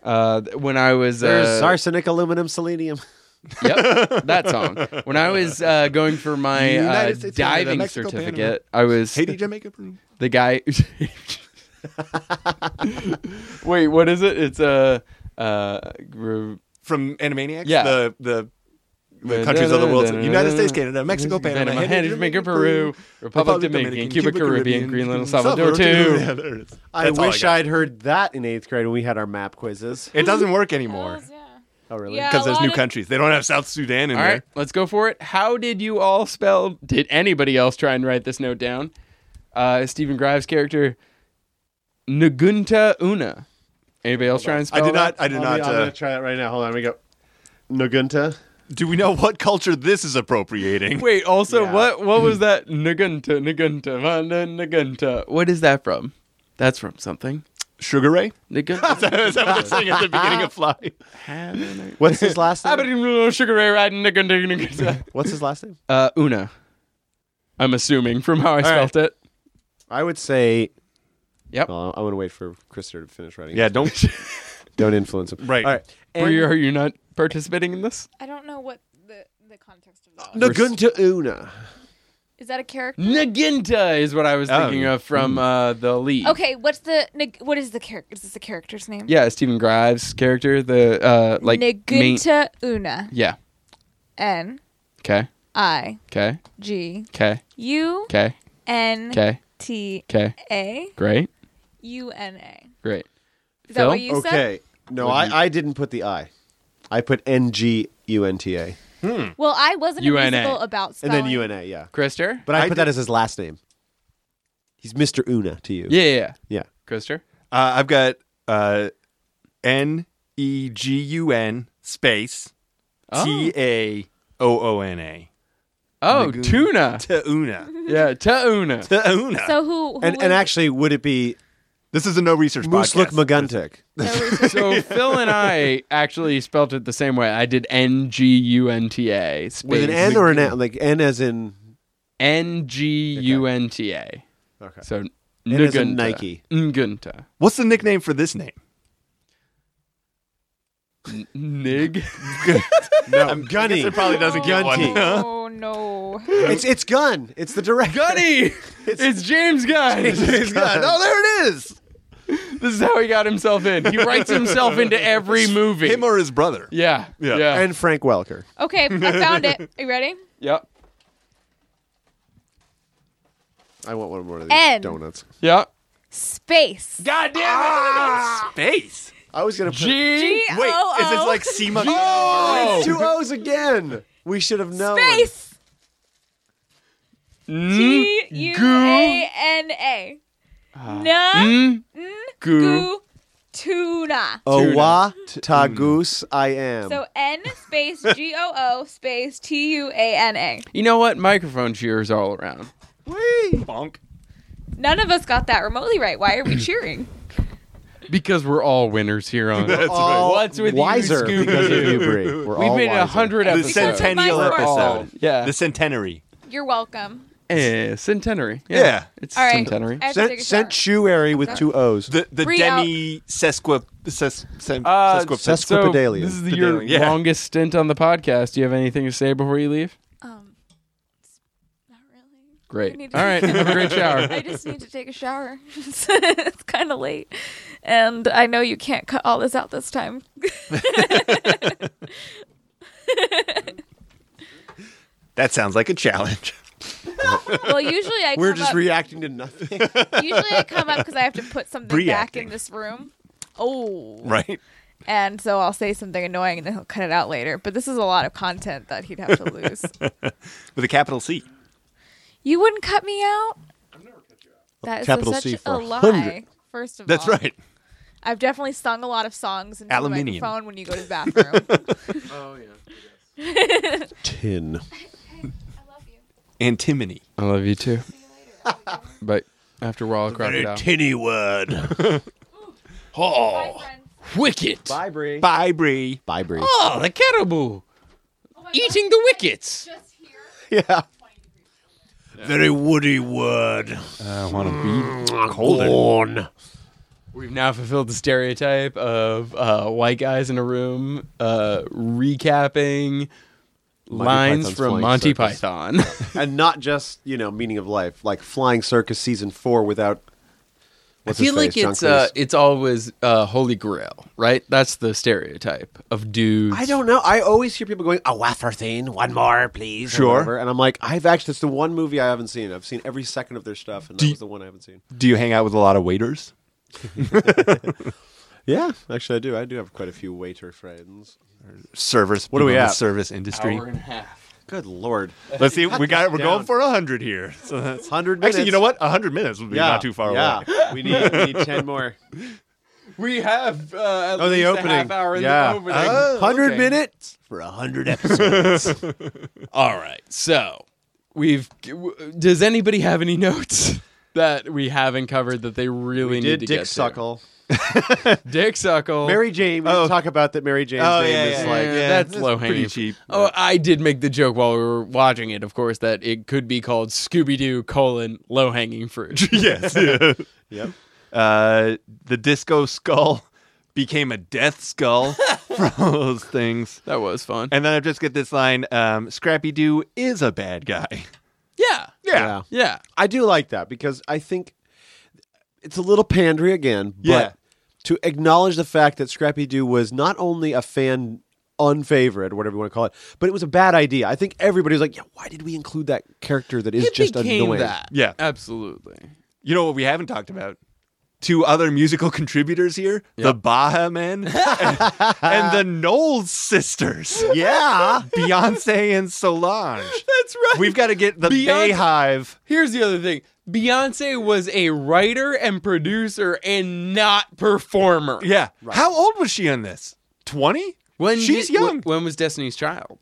[SPEAKER 1] Uh, th- when I was
[SPEAKER 2] There's
[SPEAKER 1] uh,
[SPEAKER 2] arsenic, aluminum, selenium.
[SPEAKER 1] yep, that song. When I was uh, going for my uh,
[SPEAKER 4] United States, Canada,
[SPEAKER 1] diving
[SPEAKER 4] Mexico, Panama.
[SPEAKER 1] certificate, I was
[SPEAKER 4] Haiti, Jamaica, Peru.
[SPEAKER 1] the guy. Wait, what is it? It's a. Uh, uh, gr-
[SPEAKER 4] From Animaniacs?
[SPEAKER 1] Yeah.
[SPEAKER 4] The, the, the countries of the world. United States,
[SPEAKER 3] Uh,
[SPEAKER 4] Canada, Mexico, Panama,
[SPEAKER 1] Panama,
[SPEAKER 4] Haiti,
[SPEAKER 1] Haiti, Jamaica, Peru, Republic Dominican, Cuba, Caribbean, Greenland, and Salvador
[SPEAKER 4] Yeah,
[SPEAKER 1] too.
[SPEAKER 4] there it is.
[SPEAKER 2] I
[SPEAKER 4] That's all
[SPEAKER 2] wish
[SPEAKER 4] got.
[SPEAKER 2] I'd heard that in eighth grade when we had our map quizzes.
[SPEAKER 4] It doesn't work anymore
[SPEAKER 3] Hells, yeah.
[SPEAKER 2] Oh, really?
[SPEAKER 3] Yeah.
[SPEAKER 4] because
[SPEAKER 3] a
[SPEAKER 4] there's
[SPEAKER 3] lot
[SPEAKER 4] new
[SPEAKER 3] of-
[SPEAKER 4] countries. They don't have South Sudan in
[SPEAKER 1] All right, let's go for it. How did you all spell? Did anybody else try and write this note down? Uh, Stephen Grimes' character, Nagunta Una. Anybody else try and
[SPEAKER 4] there. I
[SPEAKER 1] spell
[SPEAKER 4] did not.
[SPEAKER 1] that?
[SPEAKER 4] I did
[SPEAKER 2] I'm,
[SPEAKER 4] not.
[SPEAKER 2] I'm
[SPEAKER 4] Uh,
[SPEAKER 2] gonna try it right now. Hold on, we go. Nagunta.
[SPEAKER 4] do we know what culture this is appropriating?
[SPEAKER 1] Wait, also,
[SPEAKER 2] Yeah.
[SPEAKER 1] what what was that? Nagunta, Nagunta, Vanda, Nagunta. What is that from? That's from something.
[SPEAKER 4] Sugar Ray?
[SPEAKER 1] Nigga,
[SPEAKER 4] Is that what they're saying at the beginning of Fly?
[SPEAKER 1] having a-
[SPEAKER 2] What's his last
[SPEAKER 1] I've
[SPEAKER 2] name?
[SPEAKER 1] been little sugar ray riding nigga nigga nigga.
[SPEAKER 2] What's his last name?
[SPEAKER 1] Uh, Una. I'm assuming from how I spelt it.
[SPEAKER 2] I would say.
[SPEAKER 1] Yep.
[SPEAKER 2] Well, I want to wait for Krister to finish writing.
[SPEAKER 4] Yeah, don't.
[SPEAKER 2] Don't influence him.
[SPEAKER 4] Right.
[SPEAKER 2] All right.
[SPEAKER 1] Were you, are you not participating in this?
[SPEAKER 3] I don't know what the the context of that.
[SPEAKER 2] Nagunta Una.
[SPEAKER 3] Is that a character?
[SPEAKER 1] Naginta is what I was
[SPEAKER 4] Oh.
[SPEAKER 1] thinking of from uh, the lead.
[SPEAKER 3] Okay, what's the neg- what is the character? Is this the character's name?
[SPEAKER 1] Yeah, Stephen Grimes' character, the uh, like main-
[SPEAKER 3] Nagunta Una.
[SPEAKER 1] Yeah.
[SPEAKER 3] N
[SPEAKER 1] Okay.
[SPEAKER 3] I
[SPEAKER 1] Okay.
[SPEAKER 3] G
[SPEAKER 1] Okay.
[SPEAKER 3] U
[SPEAKER 1] Okay.
[SPEAKER 3] N
[SPEAKER 1] Okay.
[SPEAKER 3] T
[SPEAKER 1] Okay.
[SPEAKER 3] A
[SPEAKER 1] Great.
[SPEAKER 3] U N A.
[SPEAKER 1] Great.
[SPEAKER 3] Is
[SPEAKER 1] Phil?
[SPEAKER 3] that what you said?
[SPEAKER 2] Okay. No, I, I didn't put the I. I put N G U N T A.
[SPEAKER 3] Well, I wasn't
[SPEAKER 1] UNA.
[SPEAKER 3] musical about
[SPEAKER 2] And
[SPEAKER 3] spelling.
[SPEAKER 2] then U N A, yeah.
[SPEAKER 1] Krister?
[SPEAKER 2] But I,
[SPEAKER 4] I
[SPEAKER 2] put
[SPEAKER 4] did-
[SPEAKER 2] that as his last name. He's Mr. Una to you.
[SPEAKER 1] Yeah, yeah, yeah.
[SPEAKER 2] Yeah.
[SPEAKER 1] Krister?
[SPEAKER 4] Uh, I've got uh, N E G U N space T A O O N A.
[SPEAKER 1] Oh,
[SPEAKER 4] Nagun-
[SPEAKER 1] tuna.
[SPEAKER 4] Tauna.
[SPEAKER 1] Yeah, Tauna.
[SPEAKER 4] Tauna.
[SPEAKER 3] So who? who
[SPEAKER 2] And,
[SPEAKER 3] was
[SPEAKER 2] and actually, would it be
[SPEAKER 4] this is a no research
[SPEAKER 2] Musluk
[SPEAKER 4] podcast.
[SPEAKER 2] Maguntuk?
[SPEAKER 1] so Phil and I actually spelt it the same way. I did N G U N T A space
[SPEAKER 2] With an N or an N? Like N as in.
[SPEAKER 1] N G U N T A.
[SPEAKER 2] Okay.
[SPEAKER 1] So
[SPEAKER 2] as in
[SPEAKER 1] Ngunta.
[SPEAKER 2] Nike.
[SPEAKER 1] Ngunta.
[SPEAKER 4] What's the nickname for this name?
[SPEAKER 1] Nig.
[SPEAKER 2] No, I'm Gunny.
[SPEAKER 4] It probably doesn't get one.
[SPEAKER 3] Oh no!
[SPEAKER 2] It's, it's Gun. It's the director.
[SPEAKER 1] Gunny. It's, James Gunn.
[SPEAKER 4] oh, there it is.
[SPEAKER 1] This is how he got himself in. He writes himself into every movie.
[SPEAKER 4] Him or his brother.
[SPEAKER 1] yeah. Yeah.
[SPEAKER 4] Yeah.
[SPEAKER 2] And Frank Welker.
[SPEAKER 3] Okay, I found it. Are you ready?
[SPEAKER 1] yep.
[SPEAKER 2] I want one more of these
[SPEAKER 3] N.
[SPEAKER 2] donuts.
[SPEAKER 1] Yep.
[SPEAKER 3] Space.
[SPEAKER 1] God damn it.
[SPEAKER 4] Space.
[SPEAKER 2] I was going to put
[SPEAKER 1] G.
[SPEAKER 4] Ah! Wait, is
[SPEAKER 3] O-O.
[SPEAKER 4] this like SEMA?
[SPEAKER 1] Oh.
[SPEAKER 2] two O's again. We should have known.
[SPEAKER 3] Space.
[SPEAKER 1] N-
[SPEAKER 3] G U A N A.
[SPEAKER 2] Ah. Mm,
[SPEAKER 3] Na
[SPEAKER 1] N- Goo.
[SPEAKER 3] goo tuna.
[SPEAKER 2] Oh. Owa Tagus I am.
[SPEAKER 3] So N space G O O space T U A N A.
[SPEAKER 1] You know what? Microphone cheers all around.
[SPEAKER 4] Bonk.
[SPEAKER 3] None of us got that remotely right. Why are we cheering?
[SPEAKER 1] Because we're all winners here on
[SPEAKER 4] That's
[SPEAKER 2] all
[SPEAKER 4] right.
[SPEAKER 1] What's with you,
[SPEAKER 2] wiser
[SPEAKER 1] Scooby-Doo?
[SPEAKER 2] because of you, Bree. We're
[SPEAKER 1] We've
[SPEAKER 2] all
[SPEAKER 1] made it a
[SPEAKER 2] wiser.
[SPEAKER 1] hundred
[SPEAKER 4] The
[SPEAKER 1] episodes.
[SPEAKER 3] Because of
[SPEAKER 4] centennial
[SPEAKER 3] my work.
[SPEAKER 4] episode.
[SPEAKER 1] Yeah.
[SPEAKER 4] The centenary.
[SPEAKER 3] You're welcome.
[SPEAKER 1] Eh, centenary. Yeah.
[SPEAKER 4] Yeah.
[SPEAKER 1] It's
[SPEAKER 3] All right.
[SPEAKER 1] centenary.
[SPEAKER 3] I have to
[SPEAKER 2] Sent,
[SPEAKER 3] take a
[SPEAKER 2] sent
[SPEAKER 3] shower.
[SPEAKER 2] Shoeary with two O's.
[SPEAKER 4] The the
[SPEAKER 3] Three
[SPEAKER 4] demi sesqui ses, ses,
[SPEAKER 1] Uh,
[SPEAKER 4] sesquip-
[SPEAKER 2] Sesqui- Sesquipedalian.
[SPEAKER 1] So this is your
[SPEAKER 4] Pedalian, yeah.
[SPEAKER 1] longest stint on the podcast. Do you have anything to say before you leave?
[SPEAKER 7] Um,
[SPEAKER 3] Not really.
[SPEAKER 1] Great.
[SPEAKER 3] I need to-
[SPEAKER 1] All right. Have a great shower.
[SPEAKER 7] I just need to take a shower. it's kind of late, and I know you can't cut all this out this time.
[SPEAKER 4] that sounds like a challenge.
[SPEAKER 3] Well, usually I
[SPEAKER 2] We're
[SPEAKER 3] come
[SPEAKER 2] just
[SPEAKER 3] up,
[SPEAKER 2] reacting to nothing.
[SPEAKER 3] usually I come up because I have to put something back
[SPEAKER 4] Reacting.
[SPEAKER 3] in this room. Oh,
[SPEAKER 4] Right.
[SPEAKER 3] and so I'll say something annoying and then he'll cut it out later. But this is a lot of content that he'd have to lose.
[SPEAKER 4] With a capital C.
[SPEAKER 3] you wouldn't cut me out. That is
[SPEAKER 2] Capital
[SPEAKER 3] such
[SPEAKER 2] C for
[SPEAKER 3] a
[SPEAKER 2] 100.
[SPEAKER 3] lie. First of
[SPEAKER 4] That's
[SPEAKER 3] all,
[SPEAKER 4] right.
[SPEAKER 3] I've definitely sung a lot of songs into
[SPEAKER 4] Aluminium.
[SPEAKER 3] the microphone when you go to the bathroom.
[SPEAKER 2] Tin.
[SPEAKER 4] Antimony.
[SPEAKER 1] I love you too. But after Wall Crocodile.
[SPEAKER 4] tinny word. oh.
[SPEAKER 1] Wicket.
[SPEAKER 2] Bye, Bree.
[SPEAKER 4] Bye, Bree.
[SPEAKER 2] Bye, Bree.
[SPEAKER 1] Oh, the caribou. Eating the wickets.
[SPEAKER 2] Yeah.
[SPEAKER 4] Very woody word. Uh, I want to be colder.
[SPEAKER 1] We've now fulfilled the stereotype of uh, white guys in a room uh, recapping lines
[SPEAKER 2] Python's
[SPEAKER 1] from
[SPEAKER 2] Flying
[SPEAKER 1] Monty
[SPEAKER 2] Circus.
[SPEAKER 1] Python.
[SPEAKER 2] And not just, you know, meaning of life, like Flying Circus season four without.
[SPEAKER 1] I
[SPEAKER 2] What's his
[SPEAKER 1] feel like
[SPEAKER 2] face, John
[SPEAKER 1] it's uh,
[SPEAKER 2] Cleese.
[SPEAKER 1] it's always uh, holy grail, right? That's the stereotype of dudes.
[SPEAKER 2] I don't know. I always hear people going, a wafer thing, one more, please. or
[SPEAKER 4] Sure.
[SPEAKER 2] whatever. And I'm like, I've actually, it's the one movie I haven't seen. I've seen every second of their stuff, and that was the one I haven't seen.
[SPEAKER 4] Do you hang out with a lot of waiters?
[SPEAKER 2] Yeah, actually, I do. I do have quite a few waiter friends.
[SPEAKER 4] Service.
[SPEAKER 2] What are we
[SPEAKER 4] people in the
[SPEAKER 2] at?
[SPEAKER 4] Service industry.
[SPEAKER 1] and a half.
[SPEAKER 2] Good lord,
[SPEAKER 4] Let's see. We got. We're
[SPEAKER 2] Down.
[SPEAKER 4] going for hundred here. So that's
[SPEAKER 2] hundred minutes.
[SPEAKER 4] actually, you know what? hundred minutes would be
[SPEAKER 2] Yeah,
[SPEAKER 4] not too far
[SPEAKER 2] yeah.
[SPEAKER 4] away.
[SPEAKER 2] we need we need ten more.
[SPEAKER 1] We have uh, at
[SPEAKER 2] Oh, the
[SPEAKER 1] least
[SPEAKER 2] opening.
[SPEAKER 1] a half hour in
[SPEAKER 2] yeah,
[SPEAKER 1] the opening.
[SPEAKER 4] Uh,
[SPEAKER 2] hundred
[SPEAKER 1] okay.
[SPEAKER 2] minutes for hundred episodes.
[SPEAKER 1] All right, so we've. Does anybody have any notes? that we haven't covered that they really need
[SPEAKER 4] Did
[SPEAKER 1] to
[SPEAKER 4] Dick
[SPEAKER 1] get
[SPEAKER 4] Suckle?
[SPEAKER 1] to. Dick Suckle.
[SPEAKER 2] Mary Jane. We didn't talk about that. Mary Jane's
[SPEAKER 4] Oh,
[SPEAKER 2] name
[SPEAKER 4] yeah,
[SPEAKER 2] is
[SPEAKER 4] yeah,
[SPEAKER 2] like
[SPEAKER 1] Yeah, that's,
[SPEAKER 4] that's
[SPEAKER 1] low
[SPEAKER 4] pretty
[SPEAKER 1] hanging
[SPEAKER 4] cheap.
[SPEAKER 1] Oh, I did make the joke while we were watching it, of course, that it could be called Scooby Doo colon low hanging fruit.
[SPEAKER 4] yes.
[SPEAKER 2] Yep.
[SPEAKER 4] Uh, the disco skull became a death skull from those things.
[SPEAKER 1] that was fun.
[SPEAKER 4] And then I just get this line um, Scrappy Doo is a bad guy.
[SPEAKER 1] yeah,
[SPEAKER 2] Yeah.
[SPEAKER 1] yeah.
[SPEAKER 2] I do like that because I think it's a little pandery again, but
[SPEAKER 4] Yeah.
[SPEAKER 2] to acknowledge the fact that Scrappy Doo was not only a fan unfavorite or whatever you want to call it, but it was a bad idea. I think everybody was like, "Yeah, why did we include that character that is
[SPEAKER 1] It
[SPEAKER 2] just
[SPEAKER 1] became
[SPEAKER 2] annoying?"
[SPEAKER 1] that.
[SPEAKER 4] Yeah.
[SPEAKER 1] absolutely.
[SPEAKER 4] You know what we haven't talked about? Two other musical contributors here the Baha Men and, and the Knowles sisters.
[SPEAKER 2] Yeah,
[SPEAKER 4] Beyonce and Solange.
[SPEAKER 1] That's right.
[SPEAKER 4] We've got to get the
[SPEAKER 1] Beyonce-
[SPEAKER 4] Bayhive.
[SPEAKER 1] Here's the other thing: Beyonce was a writer and producer and not performer.
[SPEAKER 4] Yeah. How old was she on this? 20?
[SPEAKER 1] When
[SPEAKER 4] She's
[SPEAKER 1] did-
[SPEAKER 4] young.
[SPEAKER 1] wh- When was Destiny's Child?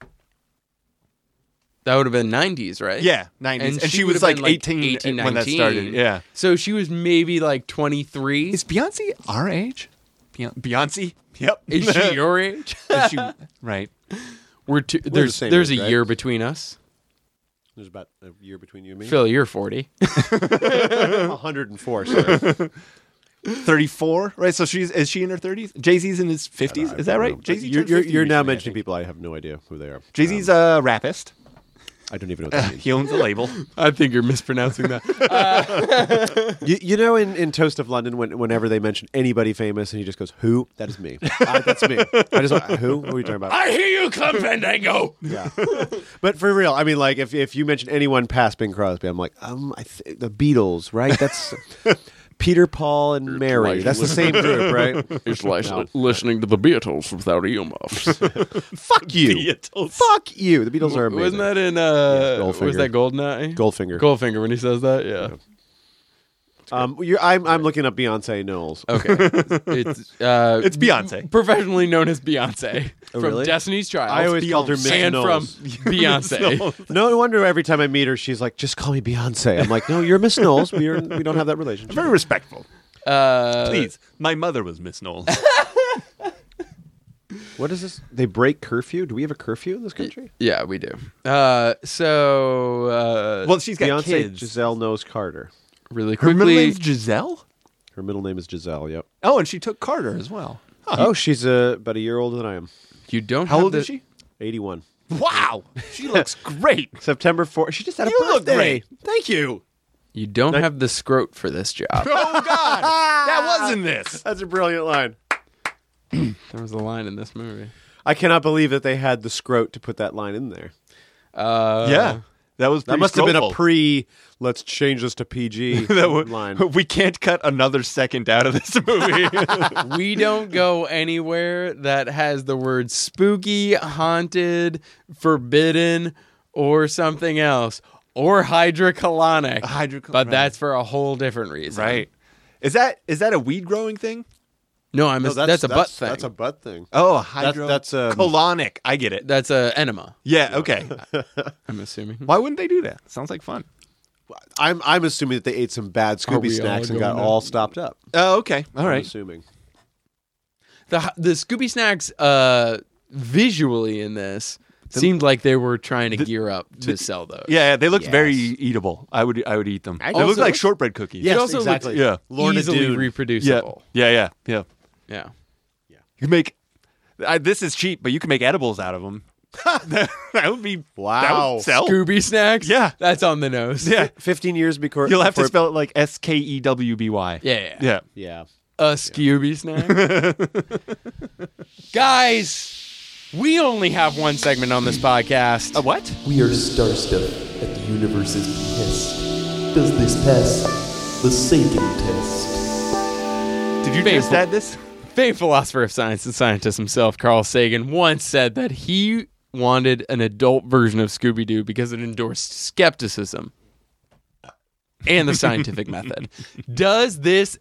[SPEAKER 1] That would have been 90s, right?
[SPEAKER 4] yeah, 90s. And, she,
[SPEAKER 1] would
[SPEAKER 4] was
[SPEAKER 1] have
[SPEAKER 4] like
[SPEAKER 1] been,
[SPEAKER 4] 18, when that
[SPEAKER 1] 19.
[SPEAKER 4] started. Yeah.
[SPEAKER 1] So she was maybe like 23.
[SPEAKER 4] Is Beyonce our age? Beyonce? Beyonce? Yep.
[SPEAKER 1] Is she your age?
[SPEAKER 4] Is she- right.
[SPEAKER 1] We're two, there's
[SPEAKER 2] same
[SPEAKER 1] there's
[SPEAKER 2] age,
[SPEAKER 1] a
[SPEAKER 2] right?
[SPEAKER 1] year between us.
[SPEAKER 2] there's about a year between you and me.
[SPEAKER 1] Phil, you're 40.
[SPEAKER 2] 104. Sorry.
[SPEAKER 4] 34, right? So she's is she in her 30s? Jay-Z's in his 50s. Is that right? Jay-Z
[SPEAKER 2] You're, you're, you're now mentioning people. I have no idea who they are. Um,
[SPEAKER 4] Jay-Z's a rapist.
[SPEAKER 2] I don't even know what that means.
[SPEAKER 4] He owns a label.
[SPEAKER 1] I think you're mispronouncing that.
[SPEAKER 2] You, you know, in, in Toast of London, when, whenever they mention anybody famous, and he just goes, "Who? That is me. Uh, that's me. I just want, who? What are you talking about?
[SPEAKER 1] I hear you come, Fandango.
[SPEAKER 2] Yeah. but for real, I mean, like if if you mention anyone past Bing Crosby, I'm like, um, I th- the Beatles, right? That's Peter, Paul, and Mary.
[SPEAKER 1] like-
[SPEAKER 2] That's the same group, right?
[SPEAKER 1] It's like listening to the Beatles without earmuffs.
[SPEAKER 2] Fuck you. Fuck you. The Beatles are amazing.
[SPEAKER 1] Wasn't that in, uh,
[SPEAKER 2] Yeah,
[SPEAKER 1] was that Goldeneye?
[SPEAKER 2] Goldfinger?
[SPEAKER 1] Goldfinger when he says that? Yeah.
[SPEAKER 2] um, you're, I'm I'm looking up Beyonce Knowles.
[SPEAKER 1] Okay. it's, uh,
[SPEAKER 4] It's Beyonce.
[SPEAKER 1] Professionally known as Beyonce
[SPEAKER 2] Oh,
[SPEAKER 1] from
[SPEAKER 2] really?
[SPEAKER 1] Destiny's Child.
[SPEAKER 2] I always called her Miss
[SPEAKER 1] and from
[SPEAKER 2] Knowles.
[SPEAKER 1] Beyonce.
[SPEAKER 2] No wonder every time I meet her, she's like, "Just call me Beyonce." I'm like, "No, you're Miss Knowles. We are, we don't have that relationship."
[SPEAKER 4] Very respectful.
[SPEAKER 1] uh,
[SPEAKER 4] Please. My mother was Miss Knowles.
[SPEAKER 2] What is this? They break curfew? Do we have a curfew in this country?
[SPEAKER 1] Yeah, we do. Uh, so uh,
[SPEAKER 4] well, she's got
[SPEAKER 2] Beyonce
[SPEAKER 4] kids.
[SPEAKER 2] Giselle knows Carter.
[SPEAKER 1] really
[SPEAKER 4] Her middle
[SPEAKER 1] quickly,
[SPEAKER 4] name's Giselle?
[SPEAKER 2] Her middle name is Giselle. Yep.
[SPEAKER 4] Oh, and she took Carter as well.
[SPEAKER 2] Oh, she's uh, about a year older than I am.
[SPEAKER 1] you don't.
[SPEAKER 4] How
[SPEAKER 1] have
[SPEAKER 4] old
[SPEAKER 1] the,
[SPEAKER 4] is she?
[SPEAKER 2] 81.
[SPEAKER 4] Wow. She looks great.
[SPEAKER 2] September 4th. She just had a
[SPEAKER 4] You look
[SPEAKER 2] birthday.
[SPEAKER 4] great. Thank you.
[SPEAKER 1] You don't have the scrote for this job.
[SPEAKER 4] Oh, God. that was in this.
[SPEAKER 2] That's a brilliant line.
[SPEAKER 1] there was a line in this movie.
[SPEAKER 2] I cannot believe that they had the scrote to put that line in there.
[SPEAKER 1] Uh,
[SPEAKER 4] yeah. That was
[SPEAKER 2] That
[SPEAKER 4] pretty
[SPEAKER 2] must have been a
[SPEAKER 4] scrollful.
[SPEAKER 2] pre let's change this to PG
[SPEAKER 4] that w-
[SPEAKER 2] line.
[SPEAKER 4] We can't cut another second out of this movie.
[SPEAKER 1] we don't go anywhere that has the word spooky, haunted, forbidden, or something else, or hydrocolonic.
[SPEAKER 4] Hydrocolonic.
[SPEAKER 1] But that's for a whole different reason.
[SPEAKER 4] right. Is that is that a weed growing thing?
[SPEAKER 1] No, I'm. that's, a butt thing.
[SPEAKER 2] That's a butt thing.
[SPEAKER 4] Oh, hydro.
[SPEAKER 2] that's, um,
[SPEAKER 4] colonic. I get it.
[SPEAKER 1] That's a enema.
[SPEAKER 4] Yeah. Okay.
[SPEAKER 1] I'm assuming.
[SPEAKER 4] Why wouldn't they do that? Sounds like fun.
[SPEAKER 2] I'm, I'm assuming that they ate some bad
[SPEAKER 1] we
[SPEAKER 2] Scooby
[SPEAKER 1] all
[SPEAKER 2] snacks and
[SPEAKER 1] going
[SPEAKER 2] got
[SPEAKER 1] to-
[SPEAKER 2] all stopped up.
[SPEAKER 4] Oh, okay. All
[SPEAKER 2] I'm
[SPEAKER 4] right.
[SPEAKER 2] assuming.
[SPEAKER 1] the the Scooby Snacks uh, visually in this seemed like they were trying to gear up to sell those.
[SPEAKER 4] Yeah, yeah, they looked very eatable. I would I would eat them. they
[SPEAKER 1] Also-
[SPEAKER 4] looked like shortbread cookies.
[SPEAKER 2] Yes,
[SPEAKER 1] also looked-
[SPEAKER 2] exactly.
[SPEAKER 4] yeah.
[SPEAKER 2] Lorna
[SPEAKER 1] easily
[SPEAKER 2] Doone.
[SPEAKER 4] Yeah.
[SPEAKER 1] reproducible.
[SPEAKER 4] Yeah. Yeah. Yeah.
[SPEAKER 1] Yeah.
[SPEAKER 4] You can make. I, this is cheap, but you can make edibles out of them. that would be That
[SPEAKER 2] Wow.
[SPEAKER 4] would sell.
[SPEAKER 1] Scooby Snacks.
[SPEAKER 4] Yeah.
[SPEAKER 1] that's on the nose.
[SPEAKER 4] yeah.
[SPEAKER 2] 15 years before.
[SPEAKER 4] You'll have to
[SPEAKER 2] before-
[SPEAKER 4] spell it like S K E W B Y.
[SPEAKER 1] yeah, yeah.
[SPEAKER 4] Yeah.
[SPEAKER 2] Yeah.
[SPEAKER 1] A Scooby Snack. Guys, we only have one segment on this podcast.
[SPEAKER 4] A what?
[SPEAKER 8] We are starstuck at the universe's behest. Does this pass the Satan test?
[SPEAKER 4] Did you
[SPEAKER 1] Faithful.
[SPEAKER 4] just add this?
[SPEAKER 1] famed philosopher of science and scientist himself, Carl Sagan, once said that he wanted an adult version of Scooby Doo because it endorsed skepticism and the scientific method. Does this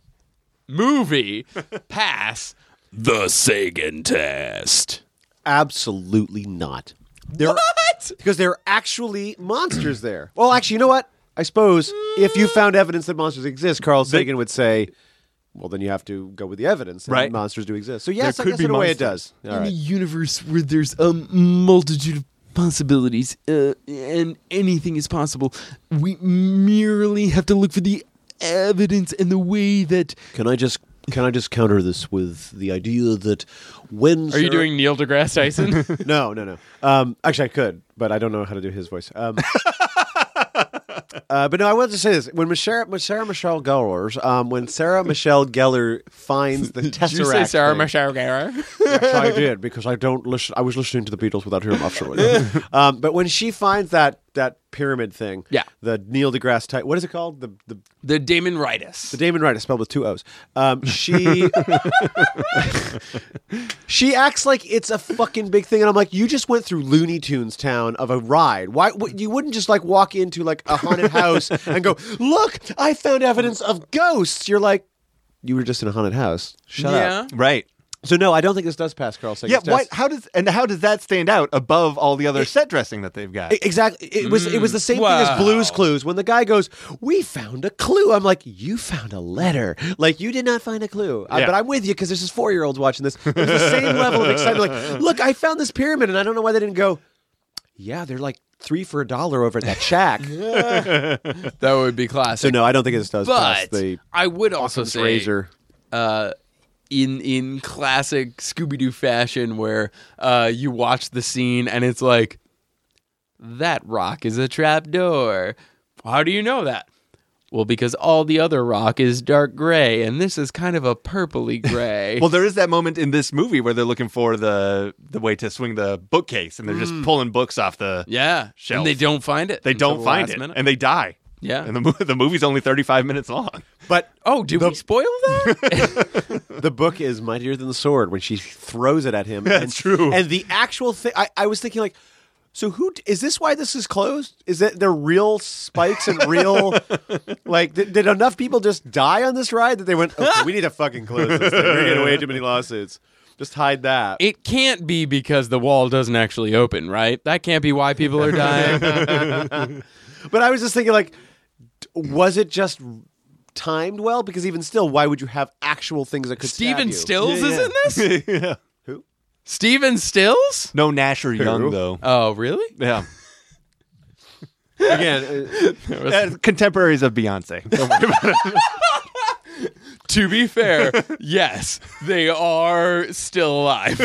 [SPEAKER 1] movie pass the Sagan test?
[SPEAKER 2] Absolutely not. There
[SPEAKER 1] What?
[SPEAKER 2] because there are actually monsters there. Well, actually, you know what? I suppose if you found evidence that monsters exist, Carl Sagan would say, "Well, then you have to go with the evidence that
[SPEAKER 4] Right.
[SPEAKER 2] monsters do exist." So yes,
[SPEAKER 4] There
[SPEAKER 2] I
[SPEAKER 4] could
[SPEAKER 2] guess
[SPEAKER 4] be
[SPEAKER 2] in a way it
[SPEAKER 4] monsters.
[SPEAKER 2] does. All right.
[SPEAKER 1] universe where there's a multitude of possibilities uh, and anything is possible, we merely have to look for the evidence and the way that.
[SPEAKER 2] Can I just can I just counter this with the idea that when
[SPEAKER 1] Are you doing Neil deGrasse Tyson?
[SPEAKER 2] no, no, no. Um, actually, I could, but I don't know how to do his voice. Um, uh, but no, I wanted to say this: when Sarah, when Sarah Michelle Gellar, um, when Sarah Michelle Gellar finds the tesseract,
[SPEAKER 1] Did you say Sarah
[SPEAKER 2] thing-
[SPEAKER 1] Michelle Gellar?
[SPEAKER 2] Yes, I did because I don't listen. I was listening to the Beatles without hearing off um, But when she finds that that pyramid thing,
[SPEAKER 1] Yeah.
[SPEAKER 2] the Neil deGrasse type. What is it called? The the
[SPEAKER 1] The Damon Ritus.
[SPEAKER 2] the Damon Wright is spelled with two O's. Um, she she acts like it's a fucking big thing, and I'm like, you just went through Looney Tunes town of a ride. Why w- you wouldn't just like walk into like a haunted house and go, look, I found evidence of ghosts. You're like, you were just in a haunted house. Shut up.
[SPEAKER 4] Right.
[SPEAKER 2] So no, I don't think this does pass Carl Sagan's
[SPEAKER 4] Yeah.
[SPEAKER 2] test.
[SPEAKER 4] What? How does and how does that stand out above all the other set dressing that they've got?
[SPEAKER 2] I- E, Exactly. It was it was the same thing as Blue's Clues when the guy goes, "We found a clue." I'm like, "You found a letter. Like you did not find a clue." Uh,
[SPEAKER 4] Yeah.
[SPEAKER 2] but I'm with you because there's this four year olds watching this. There's the same level of excitement. Like, look, I found this pyramid, and I don't know why they didn't go. Yeah, they're like three for a dollar over at that shack.
[SPEAKER 1] That would be
[SPEAKER 2] so
[SPEAKER 1] classic.
[SPEAKER 2] no, I don't think this does pass
[SPEAKER 1] but
[SPEAKER 2] the
[SPEAKER 1] I would also say
[SPEAKER 2] razor.
[SPEAKER 1] uh, in in classic Scooby Doo fashion, where uh, you watch the scene and it's like, that rock is a trap door. How do you know that? Well, because all the other rock is dark gray, and this is kind of a purpley gray.
[SPEAKER 4] Well, there is that moment in this movie where they're looking for the the way to swing the bookcase, and they're just pulling books off the.
[SPEAKER 1] yeah,
[SPEAKER 4] Shelf.
[SPEAKER 1] and they don't find it.
[SPEAKER 4] They
[SPEAKER 1] until
[SPEAKER 4] don't
[SPEAKER 1] the
[SPEAKER 4] find
[SPEAKER 1] last
[SPEAKER 4] it,
[SPEAKER 1] minute.
[SPEAKER 4] and they die.
[SPEAKER 1] Yeah.
[SPEAKER 4] And the mo- the movie's only thirty five minutes long.
[SPEAKER 2] But
[SPEAKER 1] oh, did we spoil that?
[SPEAKER 2] the book is mightier than the sword when she throws it at him. That's and,
[SPEAKER 4] true.
[SPEAKER 2] And the actual thing, I, I was thinking like, so who is this? Why this is closed? Is that they're real spikes and real? like, did, did enough people just die on this ride that they went? Okay, we need to fucking close this. Thing. We're getting way too many lawsuits. Just hide that.
[SPEAKER 1] it can't be because the wall doesn't actually open, right? That can't be why people are dying.
[SPEAKER 2] But I was just thinking like, d- was it just? Timed well because even still, why would you have actual things that could stab
[SPEAKER 1] Steven
[SPEAKER 2] you?
[SPEAKER 1] Stills is in this.
[SPEAKER 4] yeah.
[SPEAKER 1] Steven Stills?
[SPEAKER 4] No Nash or Young though.
[SPEAKER 1] Oh, really?
[SPEAKER 4] Yeah.
[SPEAKER 2] again? uh,
[SPEAKER 4] Uh, contemporaries of Beyonce. Don't worry about it.
[SPEAKER 1] to be fair, yes, they are still alive.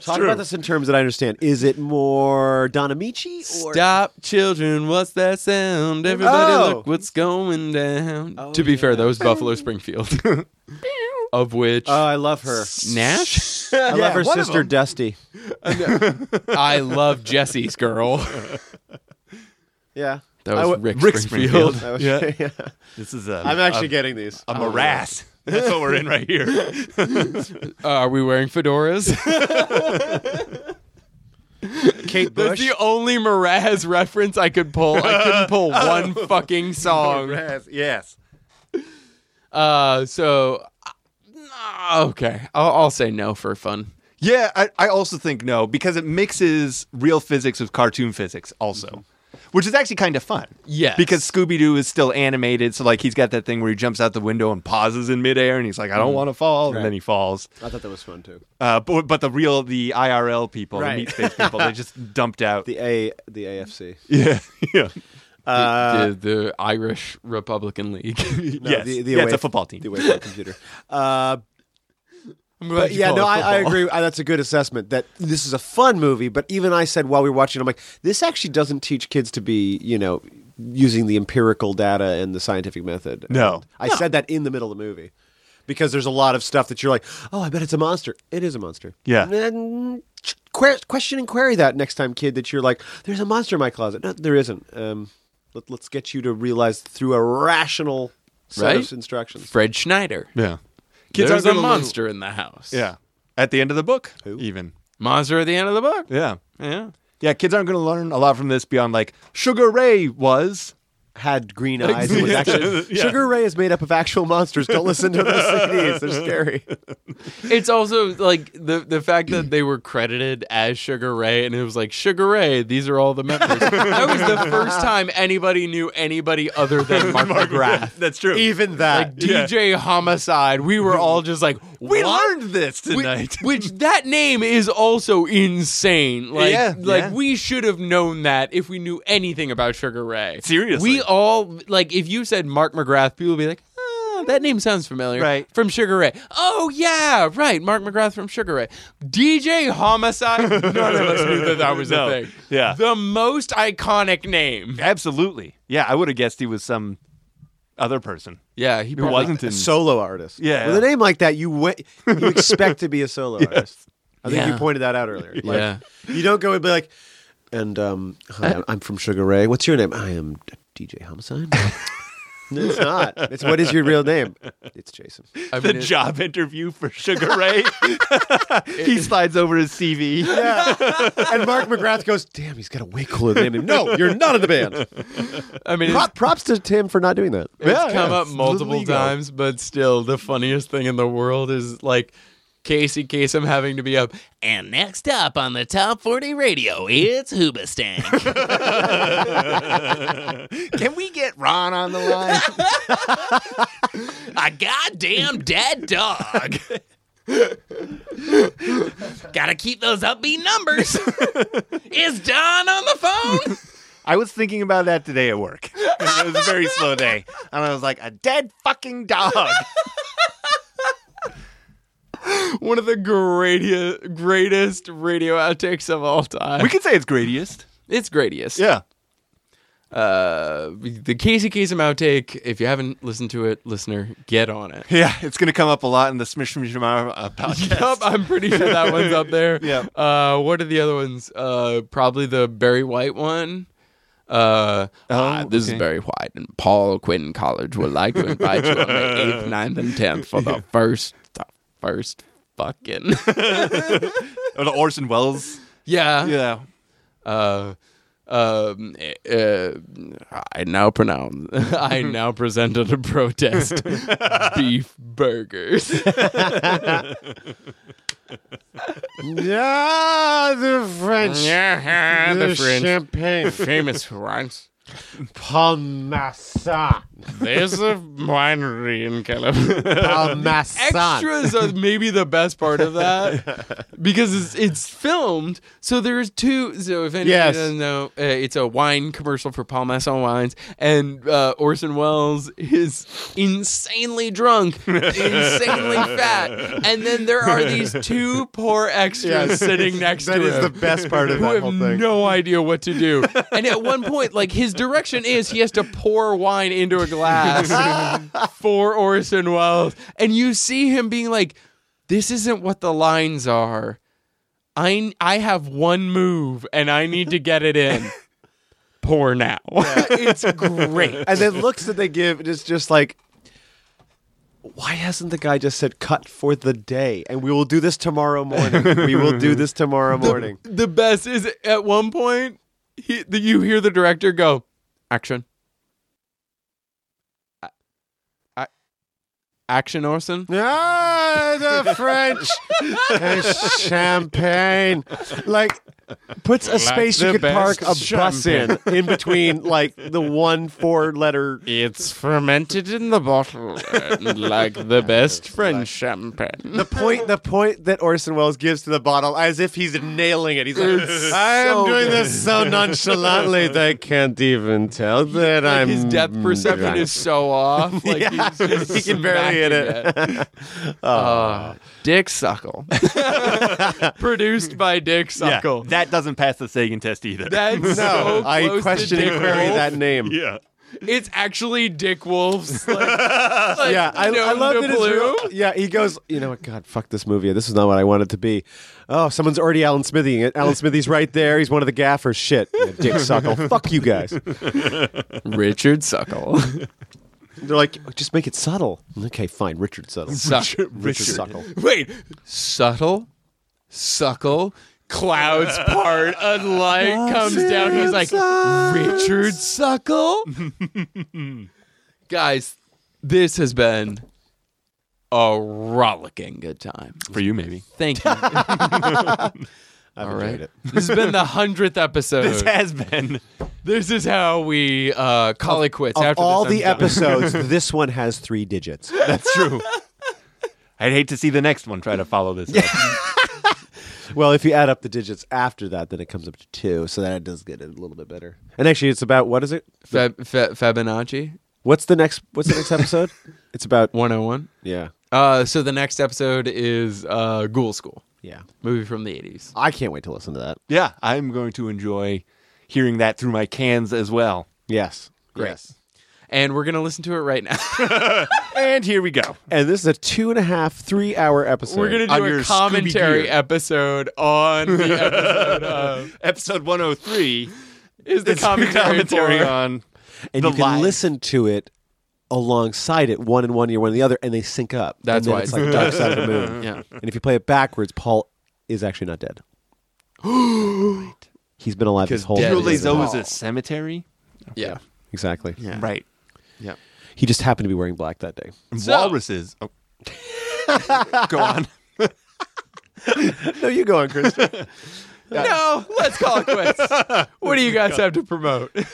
[SPEAKER 2] Talk about this in terms that I understand. Is it more Don Amici or
[SPEAKER 1] Stop, children! What's that sound? Everybody,
[SPEAKER 2] Oh.
[SPEAKER 1] look what's going down. to be fair, that was Buffalo Springfield, of which
[SPEAKER 2] Oh, I love her.
[SPEAKER 1] Nash.
[SPEAKER 2] I love her
[SPEAKER 4] one of
[SPEAKER 2] sister
[SPEAKER 4] them.
[SPEAKER 2] Dusty.
[SPEAKER 1] I love Jesse's girl.
[SPEAKER 2] Yeah.
[SPEAKER 1] That
[SPEAKER 2] I
[SPEAKER 1] was
[SPEAKER 2] w-
[SPEAKER 1] Rick,
[SPEAKER 4] Rick
[SPEAKER 1] Springfield.
[SPEAKER 2] I was-
[SPEAKER 4] Yeah.
[SPEAKER 2] yeah.
[SPEAKER 4] This is a.
[SPEAKER 2] I'm actually
[SPEAKER 4] a-
[SPEAKER 2] getting these. Um,
[SPEAKER 4] a morass. That's what we're in right here.
[SPEAKER 1] Uh, are we wearing fedoras?
[SPEAKER 2] Kate
[SPEAKER 1] That's the only Mraz reference I could pull. I couldn't pull one fucking song.
[SPEAKER 4] yes.
[SPEAKER 1] Uh, so uh, okay, I'll, I'll say no for fun.
[SPEAKER 4] Yeah, I, I also think no because it mixes real physics with cartoon physics also.
[SPEAKER 2] Mm-hmm.
[SPEAKER 4] Which is actually kind of fun.
[SPEAKER 1] Yes.
[SPEAKER 4] Because Scooby Doo is still animated. So, like, he's got that thing where he jumps out the window and pauses in midair and he's like, I
[SPEAKER 2] Mm-hmm.
[SPEAKER 4] don't want to fall. And then he falls.
[SPEAKER 2] I thought that was fun too.
[SPEAKER 4] Uh, but, but the real, the IRL people,
[SPEAKER 2] Right.
[SPEAKER 4] the meat space people, they just dumped out.
[SPEAKER 2] The A, the AFC.
[SPEAKER 4] yeah. Yeah.
[SPEAKER 2] Uh,
[SPEAKER 1] the, the Irish Republican League.
[SPEAKER 2] no,
[SPEAKER 4] yes.
[SPEAKER 2] the, the
[SPEAKER 4] yeah,
[SPEAKER 2] away,
[SPEAKER 4] it's a football team.
[SPEAKER 2] The away from computer. Uh,
[SPEAKER 1] I'm
[SPEAKER 2] but
[SPEAKER 1] glad you
[SPEAKER 2] yeah,
[SPEAKER 1] call
[SPEAKER 2] no,
[SPEAKER 1] it
[SPEAKER 2] I, I
[SPEAKER 1] football.
[SPEAKER 2] agree. I, that's a good assessment. That this is a fun movie, but even I said while we were watching, I'm like, this actually doesn't teach kids to be, you know, using the empirical data and the scientific method.
[SPEAKER 4] No.
[SPEAKER 2] And I said that in the middle of the movie because there's a lot of stuff that you're like, oh, I bet it's a monster. It is a monster.
[SPEAKER 4] Yeah.
[SPEAKER 2] And then que- question and query that next time, kid. That you're like, there's a monster in my closet. No, there isn't. Um, let, let's get you to realize through a rational set
[SPEAKER 1] Right?
[SPEAKER 2] of instructions.
[SPEAKER 1] Fred Schneider.
[SPEAKER 4] Yeah.
[SPEAKER 1] There's
[SPEAKER 4] aren't
[SPEAKER 1] a
[SPEAKER 4] gonna learn-
[SPEAKER 1] monster in the house.
[SPEAKER 4] Yeah. At the end of the book,
[SPEAKER 2] Who?
[SPEAKER 4] even.
[SPEAKER 1] Monster at the end of the book.
[SPEAKER 4] Yeah.
[SPEAKER 1] Yeah.
[SPEAKER 4] Yeah, kids aren't going to learn a lot from this beyond like Sugar Ray was
[SPEAKER 2] had green eyes. and was actually- Sugar Ray is made up of actual monsters. Don't listen to those CDs; they're scary.
[SPEAKER 1] It's also like the the fact that they were credited as Sugar Ray, and it was like Sugar Ray. These are all the members. that was the first time anybody knew anybody other than Mark McGrath.
[SPEAKER 4] That's true.
[SPEAKER 2] Even that.
[SPEAKER 1] Like DJ Homicide, we were all just like,
[SPEAKER 4] we
[SPEAKER 1] "What?"
[SPEAKER 4] learned this
[SPEAKER 1] Whi-
[SPEAKER 4] tonight.
[SPEAKER 1] Which, that name is also insane. Like,
[SPEAKER 2] Yeah.
[SPEAKER 1] like
[SPEAKER 4] Yeah.
[SPEAKER 1] we should have known that if we knew anything about Sugar Ray.
[SPEAKER 4] Seriously.
[SPEAKER 1] we all like if you said Mark McGrath, people would be like. "Ah, That name sounds familiar.
[SPEAKER 2] Right.
[SPEAKER 1] From Sugar Ray. Oh, yeah, right. Mark McGrath from Sugar Ray. DJ Homicide. None of us knew that that was
[SPEAKER 4] No.
[SPEAKER 1] a thing.
[SPEAKER 4] Yeah.
[SPEAKER 1] The most iconic name.
[SPEAKER 4] Absolutely. Yeah, I would have guessed he was some other person
[SPEAKER 1] Yeah, he
[SPEAKER 4] who wasn't
[SPEAKER 2] A
[SPEAKER 4] in.
[SPEAKER 2] solo artist.
[SPEAKER 4] Yeah.
[SPEAKER 2] With a name like that, you wa- you expect to be a solo artist. I think you
[SPEAKER 1] Yeah.
[SPEAKER 2] pointed that out earlier. Like,
[SPEAKER 1] Yeah. Uh,
[SPEAKER 2] You don't go and be like, and um, hi, I'm- I'm from Sugar Ray. What's your name? I am DJ Homicide. No, it's not. It's what is your real name? It's Jason.
[SPEAKER 1] I
[SPEAKER 4] the
[SPEAKER 1] mean, it-
[SPEAKER 4] job interview for Sugar Ray. he slides over his CV.
[SPEAKER 2] And Mark McGrath goes, damn, he's got a way cooler name. No, you're not in the band.
[SPEAKER 1] I mean, it's
[SPEAKER 2] Prop, props to Tim for not doing that.
[SPEAKER 1] It's come up
[SPEAKER 2] it's
[SPEAKER 1] multiple
[SPEAKER 2] legal.
[SPEAKER 1] times, but still, the funniest thing in the world is like Casey Kasem having to be up.
[SPEAKER 6] And next up on the Top 40 Radio, it's Hoobastank.
[SPEAKER 4] Can we get Ron on the line?
[SPEAKER 6] a goddamn dead dog. Gotta keep those upbeat numbers. Is Don on the phone?
[SPEAKER 4] I was thinking about that today at work. It was a very slow day. And I was like, a dead fucking dog.
[SPEAKER 1] One of the greatest, greatest radio outtakes of all time.
[SPEAKER 4] we could say it's greatest.
[SPEAKER 1] It's greatest.
[SPEAKER 4] Yeah.
[SPEAKER 1] Uh, the Casey Kasem outtake. If you haven't listened to it, listener, get on it.
[SPEAKER 4] Yeah, it's going to come up a lot in the Smish Smish Mar- uh, podcast.
[SPEAKER 1] Yup, I'm pretty sure that one's up there.
[SPEAKER 4] Yeah.
[SPEAKER 1] Uh, what are the other ones? Uh, probably the Barry White one. Uh, hi, this
[SPEAKER 4] Oh, okay.
[SPEAKER 1] is Barry White, and Paul Quinn College would like to invite you on the 8th, 9th, and 10th for the first, the first fucking.
[SPEAKER 4] Or the Orson Welles.
[SPEAKER 1] yeah.
[SPEAKER 4] Yeah.
[SPEAKER 1] Uh, um, uh, I now pronounce, I now presented a protest beef burgers.
[SPEAKER 2] Yeah, the French.
[SPEAKER 1] yeah,
[SPEAKER 2] the champagne.
[SPEAKER 1] famous ones.
[SPEAKER 2] Parmesan.
[SPEAKER 1] There's a winery in California.
[SPEAKER 2] Parmesan.
[SPEAKER 1] Extras are maybe the best part of that because it's, it's filmed. So there's two. So if anybody
[SPEAKER 2] Yes.
[SPEAKER 1] doesn't know, uh, it's a wine commercial for Paul Masson wines, and uh, Orson Welles is insanely drunk, insanely fat, and then there are these two poor extras
[SPEAKER 2] Yes.
[SPEAKER 1] sitting next
[SPEAKER 2] That
[SPEAKER 1] to
[SPEAKER 2] is
[SPEAKER 1] him
[SPEAKER 2] the best part of
[SPEAKER 1] who
[SPEAKER 2] that
[SPEAKER 1] have
[SPEAKER 2] whole thing.
[SPEAKER 1] no idea what to do. And at one point, like his direction is he has to pour wine into a glass for Orson Welles, and you see him being like, "This isn't what the lines are. I I have one move, and I need to get it in." Pour now. it's great.
[SPEAKER 2] and then looks that they give it is just like why hasn't the guy just said cut for the day and we will do this tomorrow morning we will do this tomorrow morning
[SPEAKER 1] The best is at one point he, the, you hear the director go, "Action." A- a- Action, Orson.
[SPEAKER 2] ah the french and champagne like puts a space you
[SPEAKER 1] the
[SPEAKER 2] could park a
[SPEAKER 1] best
[SPEAKER 2] bus in in between like the one four letter
[SPEAKER 1] It's fermented in the bottle, and like the best French champagne.
[SPEAKER 2] the point the point that Orson Welles gives to the bottle as if he's nailing it. He's like, I am doing this so nonchalantly that I can't even tell that I'm
[SPEAKER 1] His depth perception is so off. Like
[SPEAKER 2] Mm, Yeah.
[SPEAKER 1] he's just
[SPEAKER 2] He can barely hit
[SPEAKER 1] smacking it. Uh, Dick Suckle, produced by Dick
[SPEAKER 4] Yeah.
[SPEAKER 1] Suckle.
[SPEAKER 4] That doesn't pass the Sagan test either.
[SPEAKER 1] That's
[SPEAKER 2] No,
[SPEAKER 1] so
[SPEAKER 2] I
[SPEAKER 1] close
[SPEAKER 2] question
[SPEAKER 1] to Dick
[SPEAKER 2] and query
[SPEAKER 1] Wolf.
[SPEAKER 2] that name. Yeah,
[SPEAKER 4] yeah.
[SPEAKER 1] It's actually Dick Wolf's. Like, like,
[SPEAKER 2] I, I
[SPEAKER 1] known
[SPEAKER 2] love
[SPEAKER 1] to
[SPEAKER 2] that it's real.
[SPEAKER 1] blue.
[SPEAKER 2] Yeah, he goes, you know what, God, fuck this movie. This is not what I wanted to be. Oh, someone's already Alan Smithy. Alan Smithy's right there. He's one of the gaffers. Shit. Yeah, Dick Suckle. fuck you guys.
[SPEAKER 1] Richard Suckle.
[SPEAKER 2] They're like, just make it subtle. Okay, fine. Richard Subtle.
[SPEAKER 1] Suck-
[SPEAKER 2] Richard Suckle.
[SPEAKER 1] Wait, subtle, suckle, clouds part, a light comes down. He's like, Richard Suckle? Guys, this has been a rollicking good time.
[SPEAKER 4] For you, maybe.
[SPEAKER 1] Thank you.
[SPEAKER 2] I've
[SPEAKER 1] All
[SPEAKER 2] enjoyed
[SPEAKER 1] right.
[SPEAKER 2] it.
[SPEAKER 1] This has been the hundredth episode. This,
[SPEAKER 4] This has been.
[SPEAKER 1] is how we uh, call it quits.
[SPEAKER 2] Of
[SPEAKER 1] after
[SPEAKER 2] all
[SPEAKER 1] this,
[SPEAKER 2] the
[SPEAKER 1] I'm done.
[SPEAKER 2] episodes, this one has three digits.
[SPEAKER 4] That's true. I'd hate to see the next one try to follow this. up.
[SPEAKER 2] Well, if you add up the digits after that, then it comes up to two. So that does get a little bit better. And actually, it's about what is it?
[SPEAKER 1] Fab, Fa- Fibonacci
[SPEAKER 2] What's the next? What's the next episode? it's about
[SPEAKER 1] 101.
[SPEAKER 2] yeah,
[SPEAKER 1] Uh, so the next episode is uh, Ghoul School,
[SPEAKER 2] yeah.
[SPEAKER 1] movie from the 80s.
[SPEAKER 2] I can't wait to listen to that.
[SPEAKER 4] Yeah, I'm going to enjoy hearing that through my cans as well.
[SPEAKER 2] Yes,
[SPEAKER 1] Great.
[SPEAKER 2] Yes.
[SPEAKER 1] And we're going to listen to it right now.
[SPEAKER 4] And here we go.
[SPEAKER 2] And this is a two and a half, three hour episode.
[SPEAKER 1] we're going to
[SPEAKER 4] On
[SPEAKER 1] do
[SPEAKER 4] your
[SPEAKER 1] a
[SPEAKER 4] Scooby
[SPEAKER 1] commentary
[SPEAKER 4] Doo.
[SPEAKER 1] episode on the episode of.
[SPEAKER 4] Episode 103
[SPEAKER 1] Is the
[SPEAKER 4] is commentary,
[SPEAKER 1] commentary, for-
[SPEAKER 4] on.
[SPEAKER 2] and
[SPEAKER 4] the
[SPEAKER 2] you can
[SPEAKER 4] live.
[SPEAKER 2] listen to it alongside it, one in one ear, one in the other, and they sync up.
[SPEAKER 1] That's
[SPEAKER 2] And then
[SPEAKER 1] why
[SPEAKER 2] it's
[SPEAKER 1] it's-
[SPEAKER 2] like Dark Side of the Moon.
[SPEAKER 1] Yeah.
[SPEAKER 2] And if you play it backwards, Paul is actually not dead. He's been alive his whole
[SPEAKER 1] dead
[SPEAKER 2] life.
[SPEAKER 1] is
[SPEAKER 4] Pulezo is a cemetery?
[SPEAKER 1] Yeah.
[SPEAKER 2] Exactly.
[SPEAKER 1] Yeah.
[SPEAKER 4] Right.
[SPEAKER 2] He just happened to be wearing black that day.
[SPEAKER 1] So-
[SPEAKER 4] Walruses. Oh. go on.
[SPEAKER 2] No, you go on, Chris.
[SPEAKER 1] No, let's call it quits. what do you guys have to promote?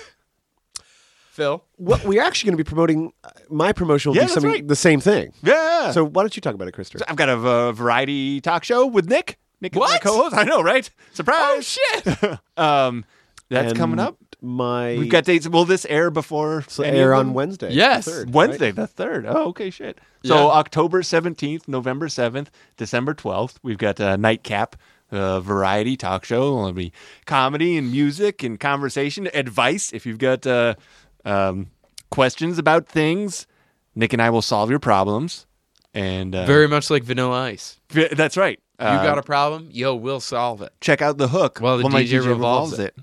[SPEAKER 1] Phil?
[SPEAKER 2] what we're actually going to be promoting, uh, my promotion will
[SPEAKER 4] Yeah,
[SPEAKER 2] be
[SPEAKER 4] that's
[SPEAKER 2] something
[SPEAKER 4] right.
[SPEAKER 2] the same thing.
[SPEAKER 4] Yeah.
[SPEAKER 2] So why don't you talk about it, Krister?
[SPEAKER 4] I've got a uh, variety talk show with Nick. Nick is my
[SPEAKER 1] What? Oh,
[SPEAKER 4] co-host. I know, right? Surprise.
[SPEAKER 1] Shit.
[SPEAKER 4] um, that's
[SPEAKER 2] And
[SPEAKER 4] coming up.
[SPEAKER 2] My
[SPEAKER 4] We've got dates. Will this air before
[SPEAKER 2] so
[SPEAKER 4] any
[SPEAKER 2] air
[SPEAKER 4] of
[SPEAKER 2] on
[SPEAKER 4] them?
[SPEAKER 2] Wednesday. the
[SPEAKER 1] Yes,
[SPEAKER 2] third,
[SPEAKER 4] Wednesday,
[SPEAKER 2] right?
[SPEAKER 4] the third. Oh, okay, shit. So
[SPEAKER 1] Yeah.
[SPEAKER 4] October seventeenth, November seventh, December twelfth, we've got a nightcap, uh variety talk show. It'll be comedy and music and conversation, advice. If you've got uh, um, questions about things, Nick and I will solve your problems. And uh,
[SPEAKER 1] Very much like Vanilla Ice.
[SPEAKER 4] v- that's right.
[SPEAKER 1] You
[SPEAKER 4] Uh,
[SPEAKER 1] got a problem? Yo, we'll solve it.
[SPEAKER 4] check out the hook.
[SPEAKER 1] Um, Well, the
[SPEAKER 4] while my
[SPEAKER 1] DJ revolves it.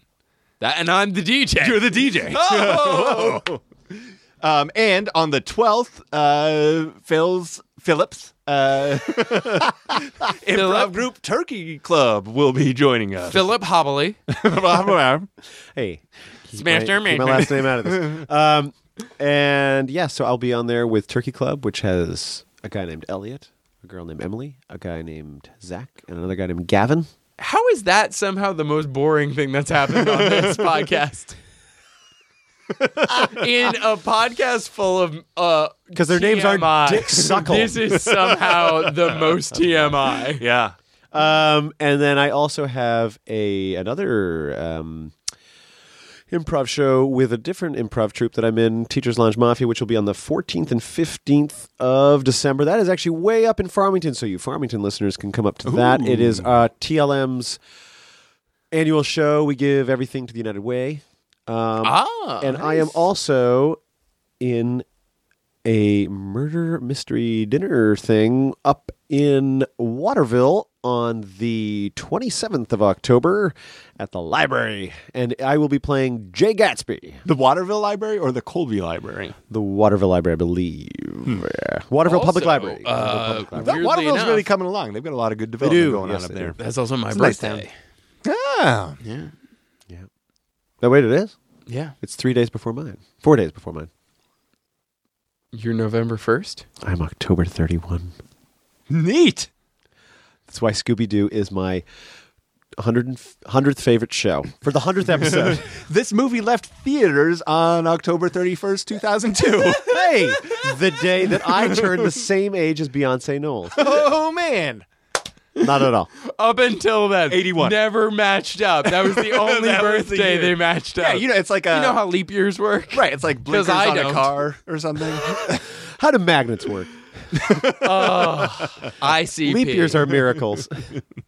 [SPEAKER 1] That, and I'm the DJ.
[SPEAKER 4] You're the DJ. Oh! Um, and on the 12th, uh, Phil's Phillips uh, improv group Turkey Club will be joining us.
[SPEAKER 1] Philip Hobbley.
[SPEAKER 2] Hey, keep
[SPEAKER 1] Smash
[SPEAKER 2] my,
[SPEAKER 1] their
[SPEAKER 2] keep my
[SPEAKER 1] man.
[SPEAKER 2] last name out of this. Um, and yeah, so I'll be on there with Turkey Club, which has a guy named Elliot, a girl named Emily, a guy named Zach, and another guy named Gavin.
[SPEAKER 1] How is that somehow the most boring thing that's happened on this podcast? In a podcast full of uh,
[SPEAKER 2] 'Cause their names aren't
[SPEAKER 1] TMI,
[SPEAKER 2] Dick Suckle.
[SPEAKER 1] This is somehow the most TMI.
[SPEAKER 4] yeah.
[SPEAKER 2] Um, and then I also have a another um, improv show with a different improv troupe that I'm in, Teachers Lounge Mafia, which will be on the 14th and 15th of December. That is actually way up in Farmington, so you Farmington listeners can come up to that. It is uh, TLM's annual show. We give everything to the United Way. Um,
[SPEAKER 1] Ah,
[SPEAKER 2] and I am also in a murder mystery dinner thing up in Waterville on the 27th of October at the library. And I will be playing Jay Gatsby,
[SPEAKER 4] The Waterville Library or the Colby Library?
[SPEAKER 2] the Waterville Library, I believe. Yeah. Waterville Oh, Public
[SPEAKER 1] Hmm. Also,
[SPEAKER 2] Library.
[SPEAKER 1] uh,
[SPEAKER 2] Waterville Public Library.
[SPEAKER 4] That
[SPEAKER 1] Weirdly
[SPEAKER 4] Waterville's
[SPEAKER 1] enough-
[SPEAKER 4] really coming along. They've got a lot of good development
[SPEAKER 2] do.
[SPEAKER 4] going
[SPEAKER 2] Yes,
[SPEAKER 4] on up
[SPEAKER 2] they
[SPEAKER 4] there.
[SPEAKER 1] That's also my
[SPEAKER 4] It's a nice
[SPEAKER 1] birthday.
[SPEAKER 4] Ah.
[SPEAKER 2] No, wait, it is?
[SPEAKER 1] yeah,
[SPEAKER 2] It's three days before mine. Four days before mine.
[SPEAKER 1] you're November first.
[SPEAKER 2] I'm October 31.
[SPEAKER 4] Neat.
[SPEAKER 2] That's why Scooby Doo is my 100 100th favorite show for the 100th episode.
[SPEAKER 4] This movie left theaters on October 31st, 2002.
[SPEAKER 2] hey, the day that I turned the same age as Beyonce Knowles.
[SPEAKER 4] oh, man.
[SPEAKER 2] Not at all.
[SPEAKER 1] Up until then,
[SPEAKER 4] 81.
[SPEAKER 1] never matched up. That was the only
[SPEAKER 4] That was the
[SPEAKER 1] birthday
[SPEAKER 4] year.
[SPEAKER 1] they matched up. Uh,
[SPEAKER 4] Yeah, you know, it's like a.
[SPEAKER 1] You know how leap years work,
[SPEAKER 4] Right, it's like blinkers
[SPEAKER 1] I
[SPEAKER 4] on
[SPEAKER 1] don't.
[SPEAKER 4] a car or something.
[SPEAKER 2] How do magnets work?
[SPEAKER 1] ICP.
[SPEAKER 2] Leap years are miracles.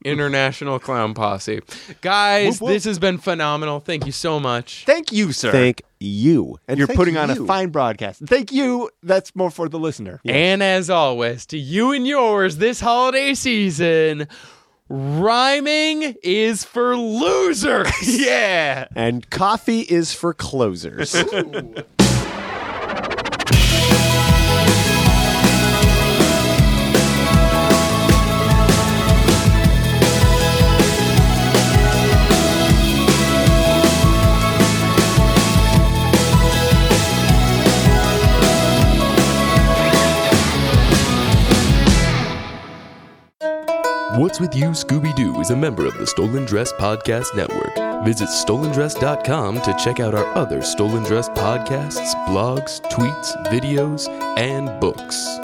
[SPEAKER 1] International Clown Posse. Guys,
[SPEAKER 4] Whoop, whoop.
[SPEAKER 1] this has been phenomenal. Thank you so much.
[SPEAKER 4] Thank you, sir.
[SPEAKER 2] Thank you. And
[SPEAKER 4] You're
[SPEAKER 2] thank
[SPEAKER 4] putting on a
[SPEAKER 2] you.
[SPEAKER 4] fine broadcast. Thank you. That's more for the listener.
[SPEAKER 1] And as always, to you and yours this holiday season, rhyming is for losers. yeah.
[SPEAKER 2] And coffee is for closers.
[SPEAKER 1] What's With You Scooby Doo is a member of the Stolen Dress Podcast Network. Visit stolendress.com to check out our other Stolen Dress podcasts, blogs, tweets, videos, and books.